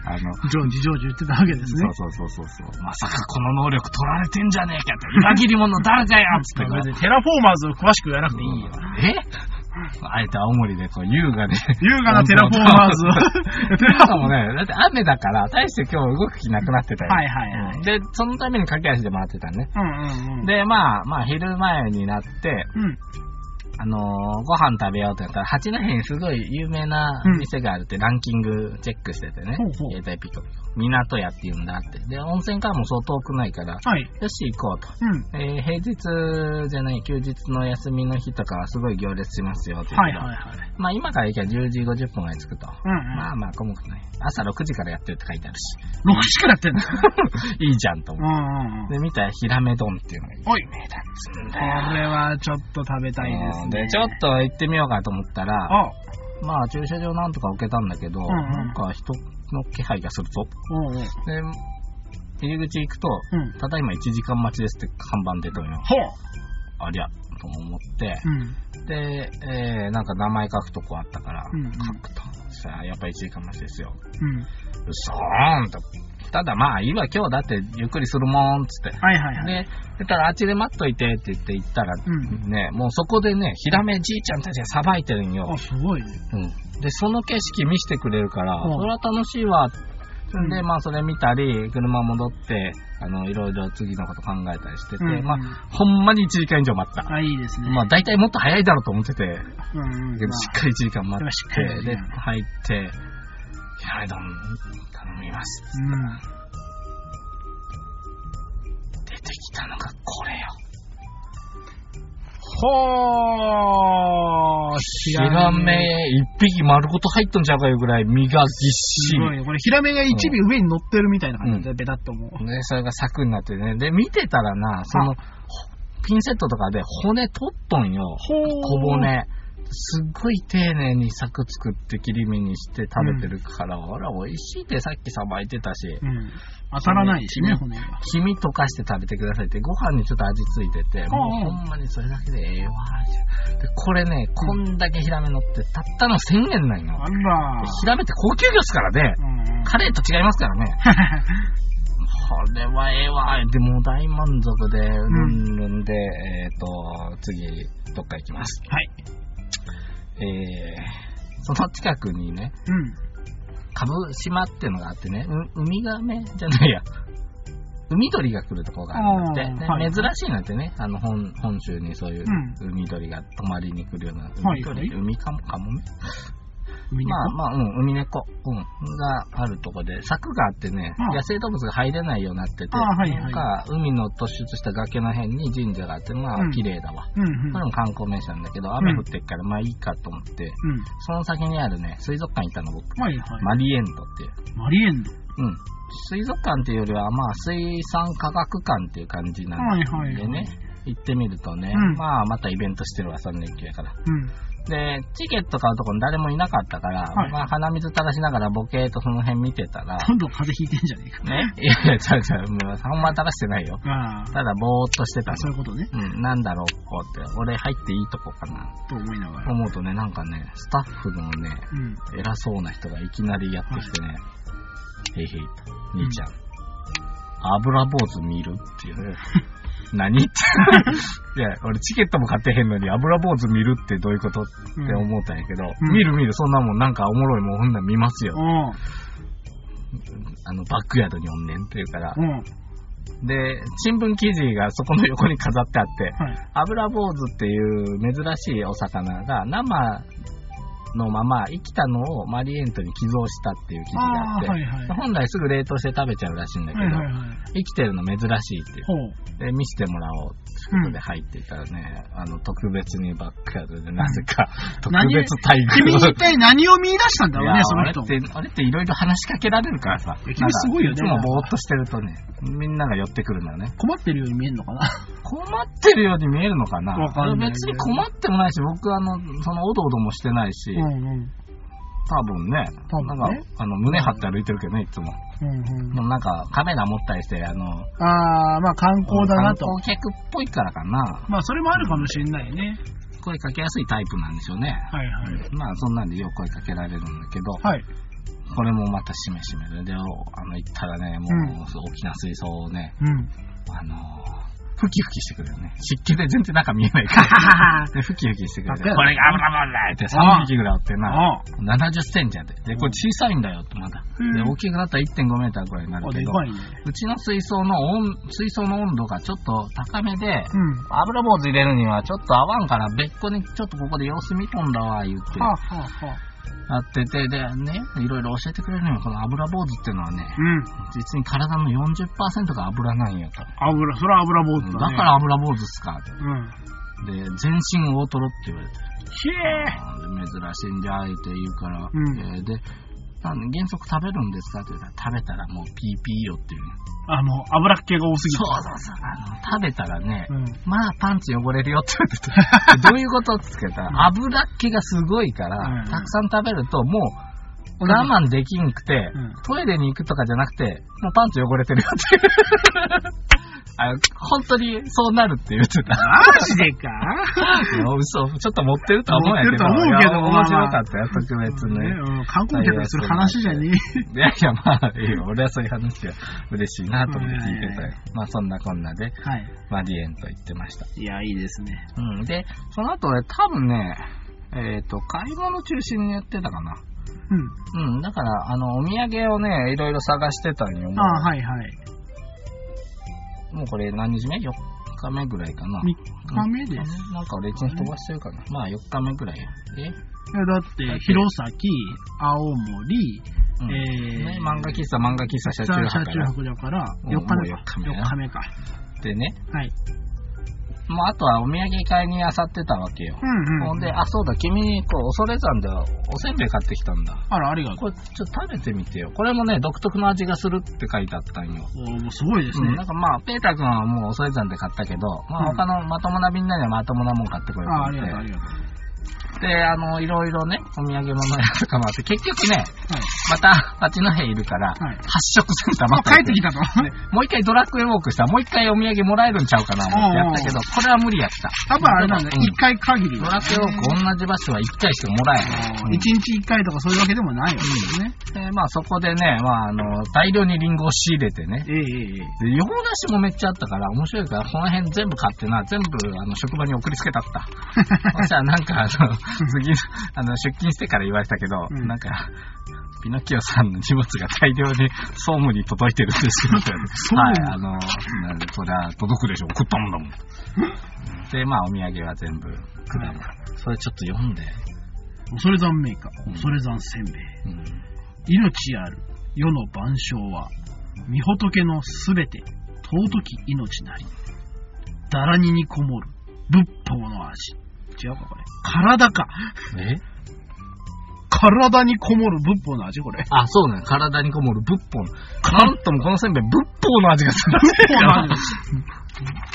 A: あの、
B: ジョージ、ジョージ言ってたわけですね。
A: そうそうそうそうそう。まさかこの能力取られてんじゃねえかと。裏切り者誰だよっつってこう。
B: テラフォーマーズを詳しく言わなくていいよ。
A: えあえて青森でこう優雅で。
B: 優雅なテラフォーマーズを。テラ
A: しかもね、だって雨だから、大して今日動く気なくなってたよ。
B: はいはいはい
A: うんで、そのために駆け足で回ってたね。
B: うんうんうん。、
A: で、まあ、まあ、昼前になって、
B: うん。
A: あのーご飯食べようってなったら、八戸にすごい有名な店があるってランキングチェックしててね
B: ほうほう、
A: 携帯ピコピコ。港屋っていうんだって。で、温泉からもそう遠くないから、
B: はい。
A: よし行こうと。
B: うん。
A: えー平日じゃない、休日の休みの日とかはすごい行列しますよっていうけど
B: はいはいはい。
A: まあ今から行けば10時50分ぐらい着くと。
B: うん
A: まあまあ、こもくない。朝6時からやってるって書いてある
B: うん。6時からやってんだ。
A: し。いいじゃんと
B: う
A: 思
B: んうんうん
A: う。。で、見たらヒラメ丼っていうのが
B: おい
A: 有名だっつうん
B: こ
A: だよ。
B: れはちょっと食べたいですね。
A: で、ちょっと行ってみようかと思ったら、
B: あ、
A: まあ駐車場なんとか受けたんだけど、
B: んうん
A: なんか人の気配がするぞ。
B: おうおう。うん。
A: で、入り口行くと、ただいま1時間待ちですって看板出たのよ。
B: ほ
A: ありゃ、と思って、
B: う。うん。
A: で、えー、なんか名前書くとこあったから、
B: うんうん
A: 書くと。さあ、やっぱ1時間待ちですよ。
B: うん。
A: うそーんと。ただまあ、いいわ、今日だってゆっくりするもん、つって。
B: はいはいはい。
A: で、でたらあっちで待っといてって言って行ったら、
B: うん
A: ね、もうそこでね、ヒラメじいちゃんたちがさばいてるんよ
B: あ、。すごいね。
A: うん、で、その景色見せてくれるから、
B: うん
A: それは楽しいわ。
B: うん
A: で、まあ、それ見たり、車戻って、あの、いろいろ次のこと考えたりしてて、
B: うんうん
A: まあ、ほんまに1時間以上待った。
B: あ、いいですね。
A: まあ、大体もっと早いだろうと思ってて、
B: うんうん。
A: けどしっかり1時間待
B: しっかり
A: っ
B: ね
A: て、で、入って、ヒラメ丼頼みます。
B: うん。
A: 出てきたのがこれよ。
B: ほー、
A: ヒ
B: ヒ
A: ラメ一匹丸ごと入っとんじゃうかいうぐらい身がぎっ
B: す
A: し
B: ごい
A: り。
B: ね。これ、ヒラメが一尾上に乗ってるみたいな感じで、ベタっともう。
A: ね、それが柵になってね。で、見てたらな、その、ほピンセットとかで骨取っとんよ。
B: ほー。
A: 小骨。すっごい丁寧に柵作って切り身にして食べてるから、あら、美味しいってさっきさばいてたし。
B: うん。当たらないしね、骨が。
A: 黄身溶かして食べてくださいって、ご飯にちょっと味ついてて、もう
B: うんうん
A: ほんまにそれだけでええわ。で、これね、こんだけヒラメ乗って、たったの1000円なんよ
B: あ。らー。
A: ヒラメって高級魚ですからね。
B: うんうん。
A: カレーと違いますからね。これはええわ。でもう大満足で、うんるんで、えっ、と、次、どっか行きます。
B: はい。
A: えー、その近くにね、
B: うん。
A: 株島っていうのがあってね、うウミガメじゃないや、海鳥が来るとこがあるんだって、
B: あー
A: で
B: はい
A: 珍しいなんてね、あの本本州にそういう
B: う
A: 海鳥が泊まりに来るような、
B: はい
A: 海鳥、海かもかもね。
B: 海
A: まあ
B: 猫
A: まあ、うん、海猫、うん、があるとこで、柵があってね、
B: うん
A: 野生動物が入れないようになってて、
B: あはいはい
A: なんか海の突出した崖の辺に神社があって、ま
B: う
A: あ
B: ん
A: 綺麗だわ。
B: うん
A: これも観光名所なんだけど、雨降ってっから、まあいいかと思って、
B: うん。うん。
A: その先にあるね、水族館行ったの僕、
B: はいはい。
A: マリエンドっていう。
B: マリエンド。
A: うん。水族館っていうよりは、まあ、水産科学館っていう感じなんでね、
B: はいはいはい
A: 行ってみるとね、
B: うん
A: まあ、またイベントしてるわ、3連休やから。
B: うん。
A: で、チケット買うとこに誰もいなかったから、
B: はい
A: まあ、鼻水垂らしながらボケーとその辺見てた ら、
B: どんどん風邪ひいてんじゃねえか。
A: ね、いやいや、ちゃうちゃう、もう、あんま垂らしてないよ。
B: ああ。
A: ただ、ぼーっとしてた
B: あそういうことね。
A: の。うん、なんだろう、こうって、俺入っていいとこかな。
B: と思いながら。
A: 思うとね、なんかね、スタッフのね、
B: うん。
A: 偉そうな人がいきなりやってきてね、 へいへいと、兄ちゃん、油坊主見るっていうね、何 って。いや、俺チケットも買ってへんのに油坊主見るってどういうことっ
B: う
A: て
B: ん。
A: 思ったんやけど、
B: うん
A: 見る見る、そんなもんなんかおもろいもんほんなん見ますよ。
B: うん。
A: あの、バックヤードにおんねんって言うから
B: う。ん。はい。
A: で、新聞記事がそこの横に飾ってあって、油坊主っていう珍しいお魚が生のまま生きたのをマリエントに寄贈したっていう記事があ
B: あ
A: っ
B: あー、
A: て、
B: はいはい。
A: 本来すぐ冷凍して食べちゃうらしいんだけ
B: はい
A: ど、
B: はいはい。
A: 生きてるの珍しいっていう
B: ほう。
A: で見せてもらおうってことで入っていたらね、あの特別にバックヤードでなぜか特
B: 何
A: 別待
B: 君に
A: 遇を
B: 一体何を見出したんだ
A: い
B: ろう
A: や
B: ね、その人
A: あ。れって、あれっていろいろ話しかけられるからさ。
B: いや君すごいよね
A: なんかいつもぼーっとしてるとね、みんなが寄ってくるのよね。
B: 困ってるように見えるのかな。
A: 困ってるように見えるのかな
B: わかんない
A: 別に困ってもないし、僕あの、その、おどおどもしてないし、
B: うんうん。
A: 多分ね、
B: 多分ね
A: なんか、あの、胸張って歩いてるけどね、いつも。
B: うんうん
A: でもなんか、カメラ持ったりして、あの、
B: ああ、まあ観光だなと。
A: 観光客っぽいからかな、
B: まあそれもあるかもしれないね。
A: 声かけやすいタイプなんでしょうね。
B: はいはい。
A: まあ、そんなんでよう声かけられるんだけど、
B: はい。
A: これもまたしめしめで、であの、行ったらね、も
B: う
A: う、大きな水槽をね、
B: うん。
A: あのふきふきしてくるよね。湿気で全然中見えないか
B: はは は
A: ら。で、ふきふきしてくる。
B: かっこいい
A: これが油もんだって3匹ぐらいおってな。
B: は。
A: 70センチやで。で、これ小さいんだよって、まだ。
B: へ
A: で、
B: え
A: 大きくなったら1.5メーターぐらいにな
B: あ
A: る
B: あ、
A: け
B: で
A: ど、
B: かいね。
A: うちの水槽の温、水槽の温度がちょっと高めで、
B: うん。
A: 油坊主入れるにはちょっと合わんから、別個にちょっとここで様子見とんだわ、言って、
B: はあはあはあ。
A: やってて、で、ね、いろいろ教えてくれるのよ。この油坊主っていうのはね、
B: うん。
A: 実に体の40%が油なんよと。
B: 油、それは油ボー
A: だ
B: ト
A: か
B: だね。
A: ら油坊主っすかって。
B: うん。
A: で、全身大トロって言われて、
B: ひえ
A: あー珍しいんじゃいって言うから、
B: うん
A: えーで、なんで原則食べるんですかって言ったら、食べたらもうピーピーよっていうね。
B: あの、油っ気が多すぎ
A: そうそうそう。あの、食べたらね、
B: う。うん。
A: まあパンツ汚れるよって言 ってた。どういうことって言ったら、油っ気がすごいから、
B: うん
A: たくさん食べるともう
B: お腹
A: 我慢できんくて、
B: うん
A: トイレに行くとかじゃなくて、もうパンツ汚れてるよっていう。 あの本当にそうなるって言ってた。
B: マジでか
A: いや嘘、ちょっと持ってるとは思うんやけど。
B: 持ってるとは思うけど
A: いや面白かったよ、特別
B: ね、
A: ね。
B: うん。観光客にする話じゃね
A: いやいや、まあ、いいよ俺はそういう話は嬉しいなと思って聞いてた
B: うん
A: よ。まあ、そんなこんなで、
B: え。はい。
A: マリエンと言ってました。
B: いや、いいですね。
A: うん。で、その後ね、多分ね、えっ、と、買い物中心にやってたかな。
B: うん。
A: うん、だから、あの、お土産をね、いろいろ探してたんよ。もう
B: ああ、はいはい。
A: もうこれ何日目 ?4 日目ぐらいかな。
B: 三日目です。
A: なんか俺一日飛ばしてるかな。まあ、4日目ぐらいや。え
B: いやだって、弘前、青森、
A: うん
B: えー
A: ね、漫画喫茶、漫画喫茶、車
B: 車
A: 中泊か
B: 中
A: ら。
B: 泊だから、
A: うん
B: 4日目
A: もう
B: か。
A: 四日目だな
B: 4日目か。
A: でね、
B: はい。
A: もうあとはお土産買いにあさってたわけよ。
B: うん
A: ほんで、あ、そうだ、君、こう、恐れ山でおせんべい買ってきたんだ。
B: あら、ありがとう。
A: これ、ちょっと食べてみてよ。これもね、独特の味がするって書いてあったんよ。
B: おーもうすごいです
A: う
B: ね
A: ん、。なんかまあ、ペーター君はもう恐れ山で買ったけど、まあ
B: うん
A: 他のまともなみんなにはまともなもん買ってこようと
B: ああ、あり
A: 思
B: がとう、あ
A: っ
B: りがとう。
A: て。で、あの、いろいろね、お土産物やとかもあって、結局ね、
B: はい。
A: また、八戸いるから、
B: はい
A: 発色センター
B: あ
A: ま、た行っ
B: 帰っててきたと。
A: もう一回ドラッグウォークしたら、もう一回お土産もらえるんちゃうかな、思ってやったけど、これは無理やった。
B: 多分あれなんだ、
A: うん
B: 1回限り
A: ド
B: だ。
A: ラクエウォーク同じ場所は1回しかもらえない。
B: 1日1回とかそういうわけでもないわけね。
A: でまあそこでね、まああの、大量にリンゴを仕入れてね。
B: えええええ
A: で、
B: え。
A: 洋梨もめっちゃあったから、面白いから、この辺全部買ってな、全部、あの、職場に送りつけたった。そしたらなんか、あの、次、あの、出勤してから言われたけど、
B: うん
A: なんか、ピノキオさんの荷物が大量に総務に届いてるんですよ。
B: 務
A: はい、あの、なんでそりゃ届くでしょ、送ったもんだもん。で、まあお土産は全部、果物。それちょっと読んで。
B: 恐れ山メーカ
A: う
B: ー、
A: ん
B: 恐れ山せんべい。
A: うん
B: 命ある世の万象は、御仏のすべて、尊き命なり。だらににこもる、仏法の味。違うか、これ。体か。
A: え
B: 体にこもる仏法の味、これ。
A: あ、そうね。体にこもる仏法の。なんともこのせんべい、仏法の味が する。
B: そうなんです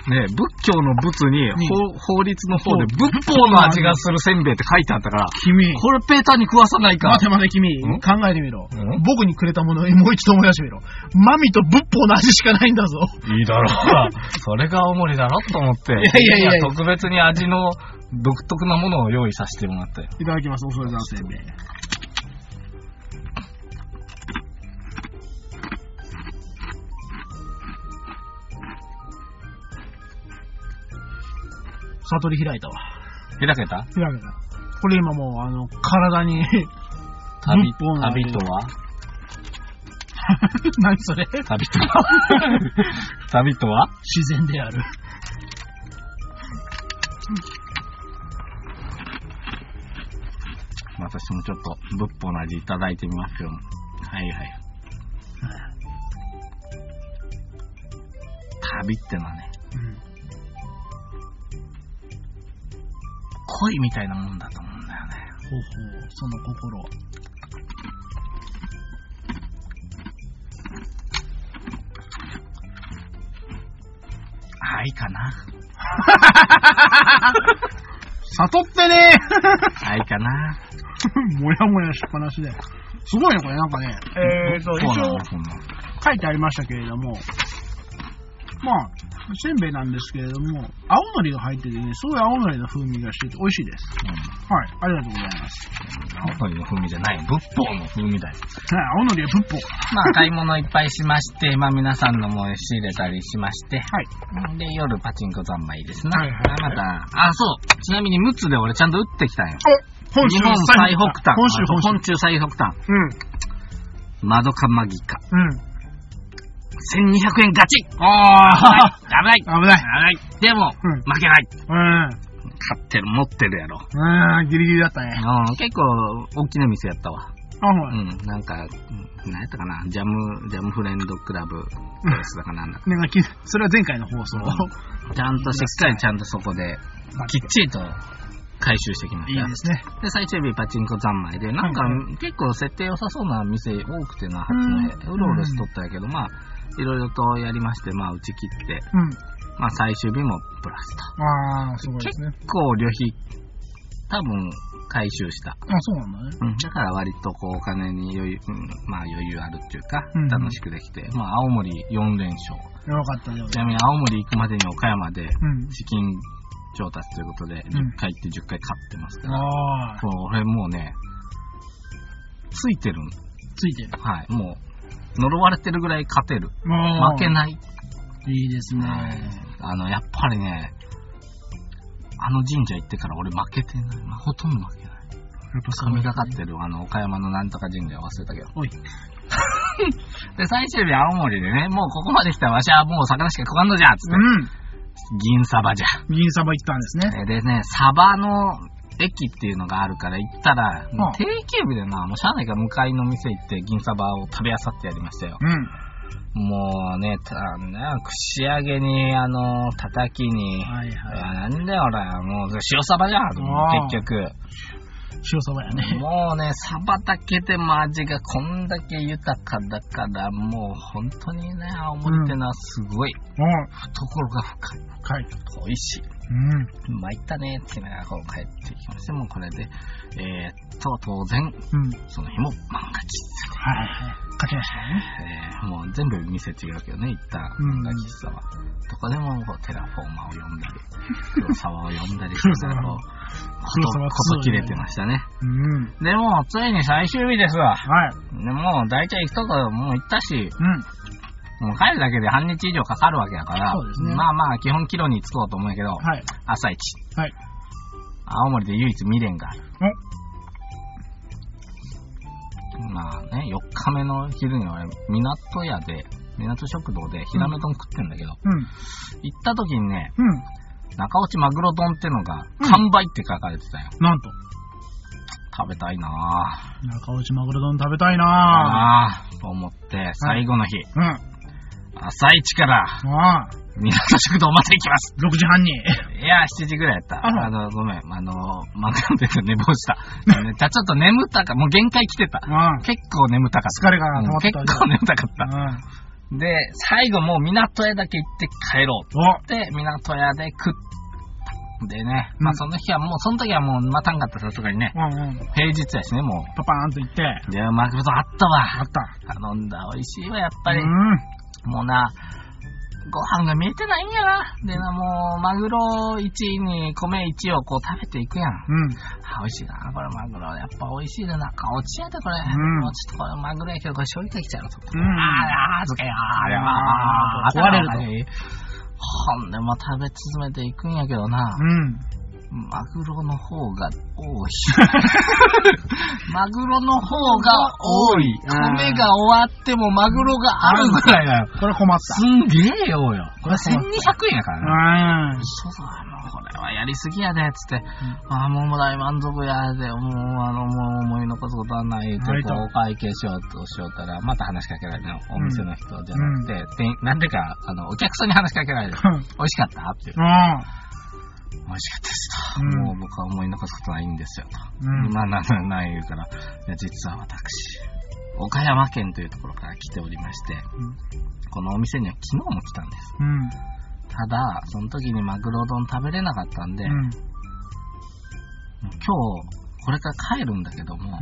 A: ね仏教の仏に、
B: うん
A: 法法律の方で
B: そう
A: 仏法の味がするせんべいって書いてあったから、
B: 君。
A: これペーターに食わさないか。
B: 待て待て君
A: ん、
B: 考えてみろ
A: ん。
B: 僕にくれたものをもう一度思い出してみろ。マミと仏法の味しかないんだぞ。
A: いいだろう。それが青森だろと思って。い
B: いやいやいや
A: 特別に味の独特なものを用意させてもらったよ。
B: いただきます、恐れ山せんべい。悟り開いたわ。
A: 開けた
B: 開けた。これ今もう、あの、体に、
A: 旅
B: 日本なんで
A: 旅とは
B: 何それ
A: 旅とは 旅とは
B: 自然である。
A: 私もちょっと仏法の味いただいてみますよ。はいはい。旅ってのはね、
B: うん。
A: 恋みたいなもんだと思うんだよね。
B: ほうほう、その心は。
A: 愛かな
B: 悟ってね
A: 愛かな
B: もやもやしっぱなしで。すごいね、これなんかね。えーと、
A: そ
B: 一
A: うな
B: 応
A: のそんなの
B: 書いてありましたけれども、まあ、せんべいなんですけれども、青のりが入っててね、すごい青のりの風味がしてて美味しいです。はい、ありがとうございます。
A: うん。青のりの風味じゃない。仏法の風味だよ。
B: はい青のりは仏法か。
A: まあ、買い物いっぱいしまして、まあ、皆さんのも仕入れたりしまして、
B: はい。
A: で、夜パチンコ三昧ですな。
B: はいはいはい
A: また、あ、そう。ちなみに、ムツで俺ちゃんと打ってきたんよ。
B: お
A: 日本最北端。
B: 本州
A: あと
B: 本
A: 本州最北端。
B: 州。うん。
A: マドカマギカ。
B: うん。
A: 1200円ガチ
B: あ
A: 危ない
B: あ、危ない。
A: 危ないでも、
B: うん
A: 負けない
B: うん。
A: 買ってる、持ってるやろ。
B: うん、ギリギリだったね。
A: うん、結構、大きな店やったわ。
B: あ、ほ
A: う
B: ら。
A: ん、なんか、うん何やったかな、ジャム、ジャムフレンドクラブ、ベースだかなんだか。
B: なんかき、それは前回の放送。
A: ちゃんと、しっかりちゃんとそこで、きっちりと回収してきま
B: い
A: し
B: い
A: た。
B: ですね。
A: で、最終日パチンコ三昧で、なんか
B: はい
A: 結構設定良さそうな店多くてな、初のうろうろしとったんやけど、まあ、いろいろとやりまして、まあ、打ち切って、
B: うん。
A: まあ、最終日もプラスと。
B: ああ、すごいですね。
A: 結構旅費、多分、回収した。
B: あ、そうなんだね。
A: うん、だから割とこうお金に余裕、うんまあ余裕あるっていうか
B: うん、
A: 楽しくできて、まあ青森4連勝。
B: よかったよ。
A: ちなみに青森行くまでに岡山で
B: うん。
A: 資金調達ということで、
B: ん
A: 10回行って10回勝ってますから、
B: ああ、
A: これもうね、ついてるん
B: ついてる。
A: はい、もう、呪われてるぐらい勝てる。
B: 負
A: 負けない。
B: いいですね。
A: あの、やっぱりね、あの神社行ってから俺負けてない。まあほとんど負けない。
B: やっぱ
A: 神がかってる、あの、岡山のなんとか神社忘れたけど。
B: おい。
A: で、最終日青森でね、もうここまで来たらわしはもう魚しか食わんのじゃっつって、
B: うん。
A: 銀サバじゃ。
B: 銀サバ行ったんですね。
A: でね、サバの駅っていうのがあるから行ったら、
B: うん
A: 定休日でな、もうしゃあないから向かいの店行って銀サバを食べあさってやりましたよ。
B: うん。
A: もうね、たね串揚げに、あの、たたきに、
B: はいはい。
A: あなんだよ俺、もう塩サバじゃん、
B: あー
A: 結局。
B: 塩サバやね。
A: もうね、サバだけでも味がこんだけ豊かだから、もう本当にね、青森ってのはすごい、
B: うん。
A: 懐が深い、
B: 深い。
A: 美味しい。
B: うん。
A: 参ったねって言いながらこう帰ってきまして、もうこれで、えー、っと、当然、
B: うん。
A: その日も漫画喫
B: はいはい。かけましたね。
A: 茶、えーもう全部店違うけどね、行った漫画喫茶は。どこでもこうテラフォーマーを呼んだ り、黒沢を呼んだりしながらこう、
B: 黒
A: こと
B: 沢
A: こと切れてましたね。
B: うん。
A: でも、ついに最終日ですわ。
B: はい。
A: でもう大体行くとこもう行ったし、
B: うん。
A: もう帰るだけで半日以上かかるわけだから、
B: そうですね
A: まあまあ基本キロに着こうと思うけど、
B: はい。
A: 朝一。
B: はい。
A: 青森で唯一未練がある。まあね、4日目の昼に俺、港屋で、港食堂で、ひらめ丼食ってんだけど、
B: うん。
A: 行った時にね、
B: うん。
A: 中落ちマグロ丼ってのが、
B: うん
A: 完売って書かれてたよ。
B: なんと、
A: 食べたいなぁ。
B: 中落ちマグロ丼食べたいなぁ。
A: ああ、と思って、最後の日、
B: うん。
A: 朝一から、
B: ああ、
A: 港食堂まで行きます。
B: 6時半に。
A: いや、7時ぐらいやった。
B: あそう
A: あの、ごめん、あの、漫画で寝坊 した。ねちょっと眠たか、もう限界来てた。
B: うん。
A: 結構眠たかった。
B: 疲れが溜まってた
A: うん結構眠たかった。
B: うん。
A: で、最後もう港屋だけ行って帰ろう
B: お
A: って、港屋で食った。でね、まあ
B: うん
A: その日はもう、その時はもう待たんかった、さすがにね。
B: うんうん。
A: 平日やしね、も
B: パパーンと行って、
A: う。で、マグロあった
B: あ
A: わ。
B: った。
A: 頼んだ、美味しいわ、やっぱり
B: う。ん。
A: もうな、ご飯が見えてないんやな。でな、もう、マグロ1に米1をこう食べていくやん。
B: うん。
A: あ美味しいな、これマグロ。やっぱ美味しいな。中落ちやで、これ。
B: ん
A: もうちょっとこれマグロやけど、これ醤油できちゃうの。
B: うん
A: あー、あー、漬けよ。あー、あー、
B: あー壊れると
A: と。ほんでも食べ進めていくんやけどな、
B: うん。
A: マグロの方が多い。マグロの方が多い。
B: あー
A: 米が終わってもマグロがあるぐらいだよ。
B: これ困っ
A: すんげえよよ。これ1200円やか
B: た。
A: らね。
B: うん。
A: 一緒だ、もうこれはやりすぎやで、つって、ああ、もう大満足やで、もう、あの、もう思い残すことはない、ちょ
B: は
A: っ
B: い
A: とお会計しようとしようたら、また話しかけられるの、お店の人じゃなくて、店員なんでか、あの、お客さんに話しかけられる。美味しかったって。美味しかったですと。
B: うん
A: もう僕は思い残すことないんですよと。
B: うん
A: まあ、な、な、ない言うから、いや実は私、岡山県というところから来ておりまして、
B: うん
A: このお店には昨日も来たんです。
B: うん。
A: ただ、その時にマグロ丼食べれなかったんで、
B: うん。
A: 今日、これから帰るんだけども、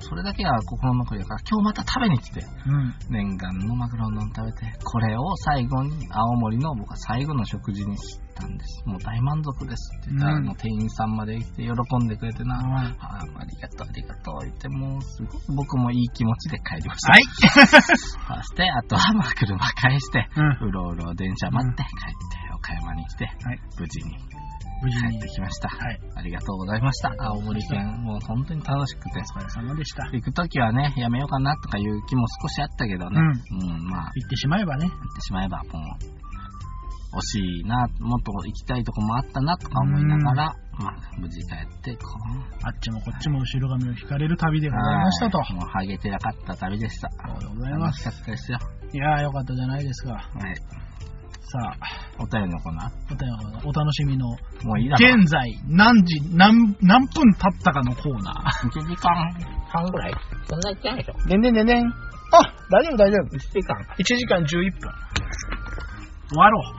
A: それだけは心残りだから、今日また食べに来て、
B: うん。
A: 念願のマグロ丼食べて、これを最後に、青森の僕は最後の食事にしたんです。もう大満足ですって言ったら、
B: うん
A: あの店員さんまで来て喜んでくれてな、あーありがとう、ありがとう言って、もうすごく僕もいい気持ちで帰りました。
B: はい。
A: そして、あとはまあ車返して、
B: うん。
A: うろうろ電車待って帰って、岡山に来て、
B: はい
A: 無事に
B: 無事
A: 帰
B: に
A: って。きました。
B: はい。
A: ありがとうございました。青森県、もう本当に楽しくて。
B: お疲れ様でした。
A: 行くときはね、やめようかなとかいう気も少しあったけどね、うん、まあ、行
B: 行ってしまえばね。
A: ってしまえばもう、惜しいな、もっと行きたいとこもあったなとか思いながら、まあ、無事帰って、こう、
B: あっちもこっちも後ろ髪を引かれる旅でございましたと。
A: はいもうハゲてなかった旅でした。
B: ありがとうございます
A: 楽しかったですよ。
B: いやーよかったじゃないですか。
A: はい。
B: さあ、
A: お便りのコーナ
B: お便りのお楽しみの、
A: ーもういいだろ。
B: 現在、何時、何、何分経ったかのコーナ
A: 1時間半ぐらいそんな行ってないでしょ
B: ー。でんでんでんでん。あ、大丈夫大丈夫。
A: ?1 時間。
B: 1時間11分。終わ ろう。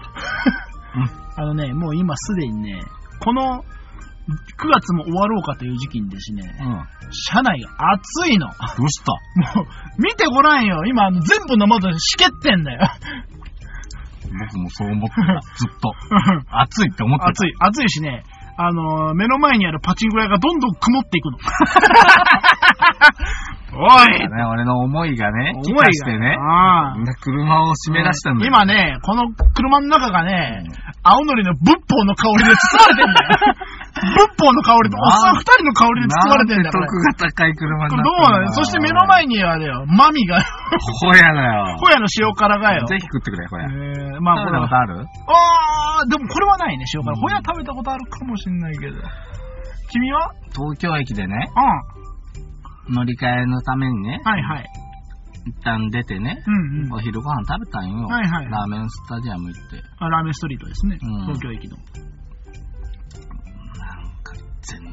B: あのね、もう今すでにね、この9月も終わろうかという時期にですね、
A: うん。
B: 車内が暑いの。
A: どうした
B: もう、見てごらんよ。今、あの全部の窓しけってんだよ。
A: 僕もそう思ってた。ずっと。 暑いって思ってた。
B: 暑い、暑いしね、あのー目の前にあるパチンコ屋がどんどん曇っ ていくの。おい
A: ね、俺の思いがね、
B: 思
A: 気
B: い
A: 化
B: が
A: してね、
B: ああ
A: みんな車を締め出したんだよ。
B: 今ね、この車の中がね
A: うん、
B: 青のりの仏法の香りで包まれてんだ よ。仏法の香りとおっさん二人の香りで包まれてんだよ。これ
A: なんて得が高い車に
B: こ
A: な
B: れ
A: っ
B: どう
A: たんだ
B: な
A: ろ
B: のそして目の前にあれよ、マミ が、
A: ホヤだよ。
B: ホヤの塩辛がよ。
A: ぜひ食ってくれ、ホヤ。食
B: えー、まあ
A: べ
B: こ
A: たこ
B: れは
A: と。ある
B: あー、でもこれはないね、塩辛。
A: うん
B: ホヤ食べたことあるかもしんないけど。君は
A: 東京駅でね、
B: うん。
A: 乗り換えのためにね、
B: はいはい。
A: 一旦出てね、
B: うんうん
A: お。昼ご飯食べたんよ。
B: はいはい
A: ラーメンスタジアム行って。
B: あラーメンストリートですね。
A: うん
B: 東京駅の。
A: なんか、全然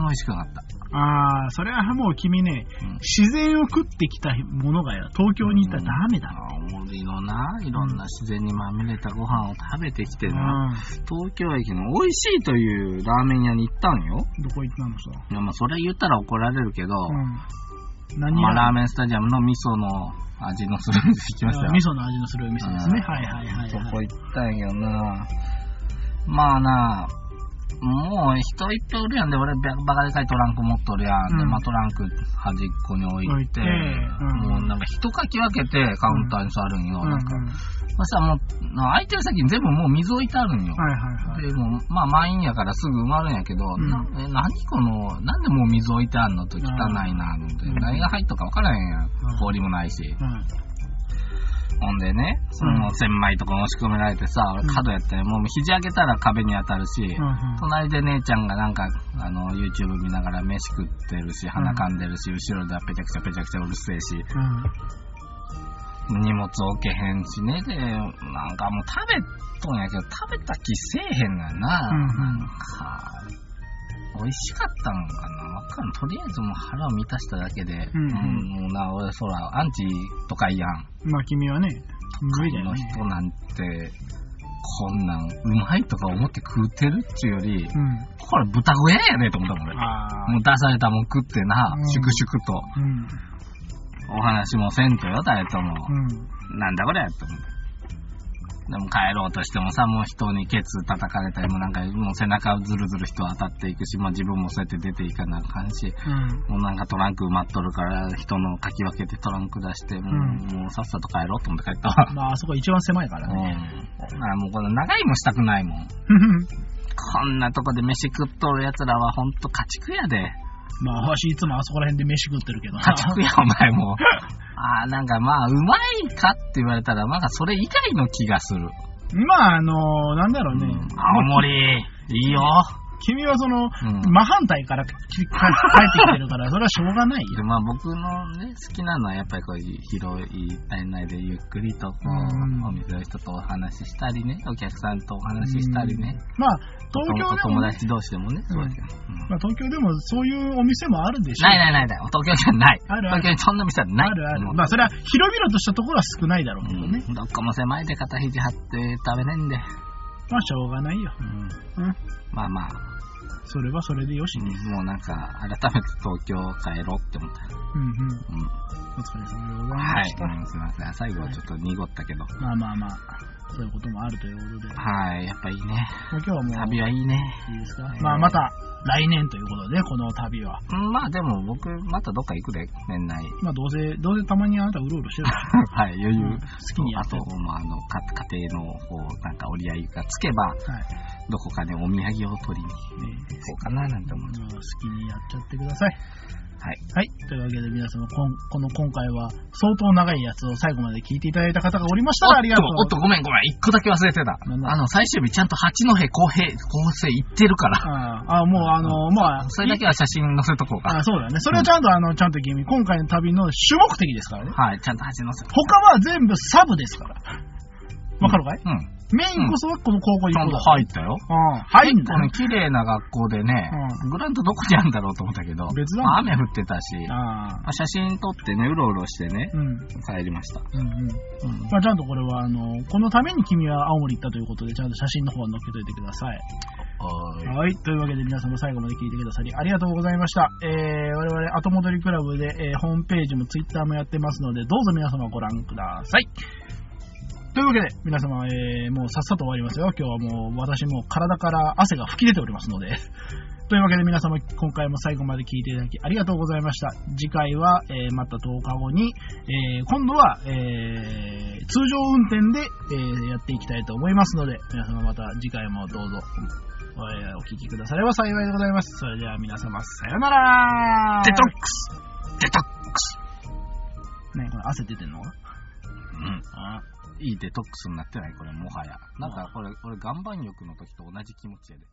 A: 美味しくなかった。
B: あー、それはもう君ね、
A: うん
B: 自然を食ってきたものがよ、東京に行ったらダメだ。
A: 青森のな、いろんな自然にまみれたご飯を食べてきてな、
B: う
A: 東京駅の美味しいというラーメン屋に行ったんよ。
B: ん。どこ行ったのさ。
A: いやまあそれ言ったら怒られるけど、
B: うん。何
A: まあ、ラー
B: ン
A: メンスタジアムの味噌の味のする店行きましたよ。
B: 味噌の味のするお店ですね。
A: うん
B: はいはいはい、
A: そ
B: は
A: こ
B: い。
A: 行ったんやけどな。まあな、もう人いっぱいおるやんで、俺バカでかいトランク持っとるやん。で、
B: うん
A: まあトランク端っこに置
B: 置
A: い
B: い
A: て、
B: てうん
A: もうなんか人かき分けてカウンターに座るんよ。
B: うん
A: な
B: うんは
A: ん
B: い
A: かそしたらもう、な空いてる先に全部もう水置いてあるんよ。
B: はいはい。
A: でもうまあ満員やからすぐ埋まるんやけど、
B: ん
A: なえ何この、なんでもう水置いてあんのと汚いな、って、
B: うん
A: 何が入ったか分からへんやん
B: うん。
A: 氷もないし。
B: うん。
A: ほんでね、その千枚とか押し込められてさ、俺
B: うん
A: 角やったらもう肘上げたら壁に当たるし、
B: うんうん
A: 隣で姉ちゃんがなんか、あの、YouTube 見ながら飯食ってるし、鼻噛んでるし、後ろではペチャクチャペチャクチャうるせえし、
B: うん
A: 荷物置けへんしね、で、なんかもう食べとんやけど、食べた気せえへんのやな。
B: うんうん
A: なんか、美味しかったのかなわかんないとりあえずもう腹を満たしただけで、
B: うんうん
A: うんもうな、俺、そら、アンチとかいやん。
B: まあ君はね、無理だよ
A: の
B: ね。
A: 人なんて、こんなん、うまいとか思って食うてるっちゅうより、
B: うん。
A: これ豚小屋やねと思ったもん、俺。
B: ああ。
A: もう出されたもん食ってな
B: う、ん
A: 粛々と、
B: うん。
A: お話もせんとよ、誰とも。
B: うん。
A: なんだこれやと思って。でも帰ろうとしてもさ、もう人にケツ叩かれたりもなんか、もう背中ずるずる人当たっていくし、まあ自分もそうやって出ていかなあかんし、
B: うん。
A: もうなんかトランク埋まっとるから、人のかき分けてトランク出して、もう,、
B: うん
A: もうさっさと帰ろうと思って帰ったわ。
B: まあ、あそこ一番狭いから
A: うん。
B: ね。
A: だから もうこの長いもしたくないもん。こんなとこで飯食っとる奴らはほんと家畜やで。
B: まあ、わしいつもあそこら辺で飯食ってるけどな。
A: 家畜や、お前もう。ああ、なんかまあ、うまいかって言われたら、なんかそれ以外の気がする。
B: まあ、あの、なんだろうね。
A: 青森、いいよ。
B: 君はその、
A: うん
B: 真反対からき帰ってきて るから、それはしょうがない
A: で
B: よ。
A: まあ僕のね、好きなのはやっぱりこう広い店内でゆっくりとこう、
B: うん
A: お店の人とお話ししたりね、お客さんとお話ししたりね、
B: まあ、
A: お友
B: 東
A: お
B: 京でも
A: 友
B: ね、
A: 達同士でもね、そうやけどうん
B: まあ、東京でもそういうお店もあるでしょ。
A: ないないないない、東京じゃない。
B: あるある
A: 東京にそんな店はない。
B: あるあ
A: う
B: る。
A: ん
B: まあ、それは広々としたところは少ないだろうけどね。
A: うんどっかも狭いで肩肘張って食べねんで、
B: まあ、しょうがないよ。うん。
A: まあまあ、
B: それはそれでよしね。
A: もうなんか改めて東京帰ろうって思った。
B: うんう
A: う
B: ん。
A: ん
B: お疲れ様でござい
A: は
B: ま
A: い、
B: した。
A: うんすいません。最後はちょっと濁ったけど。
B: まあまあまあ、そういうこともあるということで、もう
A: はい、やっぱいいね。
B: 今日はもう、
A: 旅はいいね。
B: いいですか
A: い
B: まあ、また来年ということでね、この旅は。
A: うんまあでも僕、またどっか行くで、年内。
B: まあ、どうせ、どうせたまにあなたうろうろしてるから
A: はい、余裕。
B: うん好きにやって
A: あと、まあ、あの、か家庭の、こう、なんか折り合いがつけば、
B: はい。
A: どこかでお土産を取りに行こうかな、なんて思う。
B: もう好きにやっちゃってください。
A: はい。
B: はい。というわけで皆様、こんこの今回は相当長いやつを最後まで聞いていただいた方がおりましたらありがとう。
A: おっと、ごめんごめん。一個だけ忘れてた。
B: なんだ
A: あの、最終日ちゃんと八戸公平、 公正行ってるから。
B: ああ、もうあの、まあ、
A: それだけは写真載せとこうか。
B: あそうだね。それはちゃんと、あの、ちゃんと君、今回の旅の主目的ですからね。
A: はい、ちゃんと八戸せ。
B: 他は全部サブですから。わかるかい、
A: うん。
B: メインこそはこの高校
A: ち
B: 行
A: ゃん
B: く
A: と
B: だ。
A: 入ったよ。
B: うん。入ん
A: 結
B: だ
A: 構ね、綺麗な学校でね、
B: う
A: グラウンドどこにあるんだろうと思ったけど、
B: 別だもん
A: まあ雨降ってたし、
B: ああ。
A: まあ写真撮ってね、うろうろしてね、
B: うん。うん
A: 帰りました。
B: うん。まあ、ちゃんとこれは、あの、このために君は青森行ったということで、ちゃんと写真の方は載っけといてください。
A: はい
B: はい。というわけで皆様最後まで聞いてくださりありがとうございました。えー、我々後戻りクラブで、えーホームページもツイッターもやってますので、どうぞ皆様ご覧ください。というわけで皆様、えー、もうさっさと終わりますよ。今日はもう私もう体から汗が吹き出ておりますので。というわけで皆様、今回も最後まで聞いていただきありがとうございました。次回は、えーまた10日後に、えー今度は、えー通常運転で、えーやっていきたいと思いますので、皆様また次回もどうぞえーお聞きくだされば幸いでございます。それでは皆様、さようなら
A: デトックスデトックス
B: ねこれ汗出てんの
A: うん。
B: あ
A: いいデトックスになってないこれ、もはや。なんかこれ、俺岩盤浴の時と同じ気持ちやで。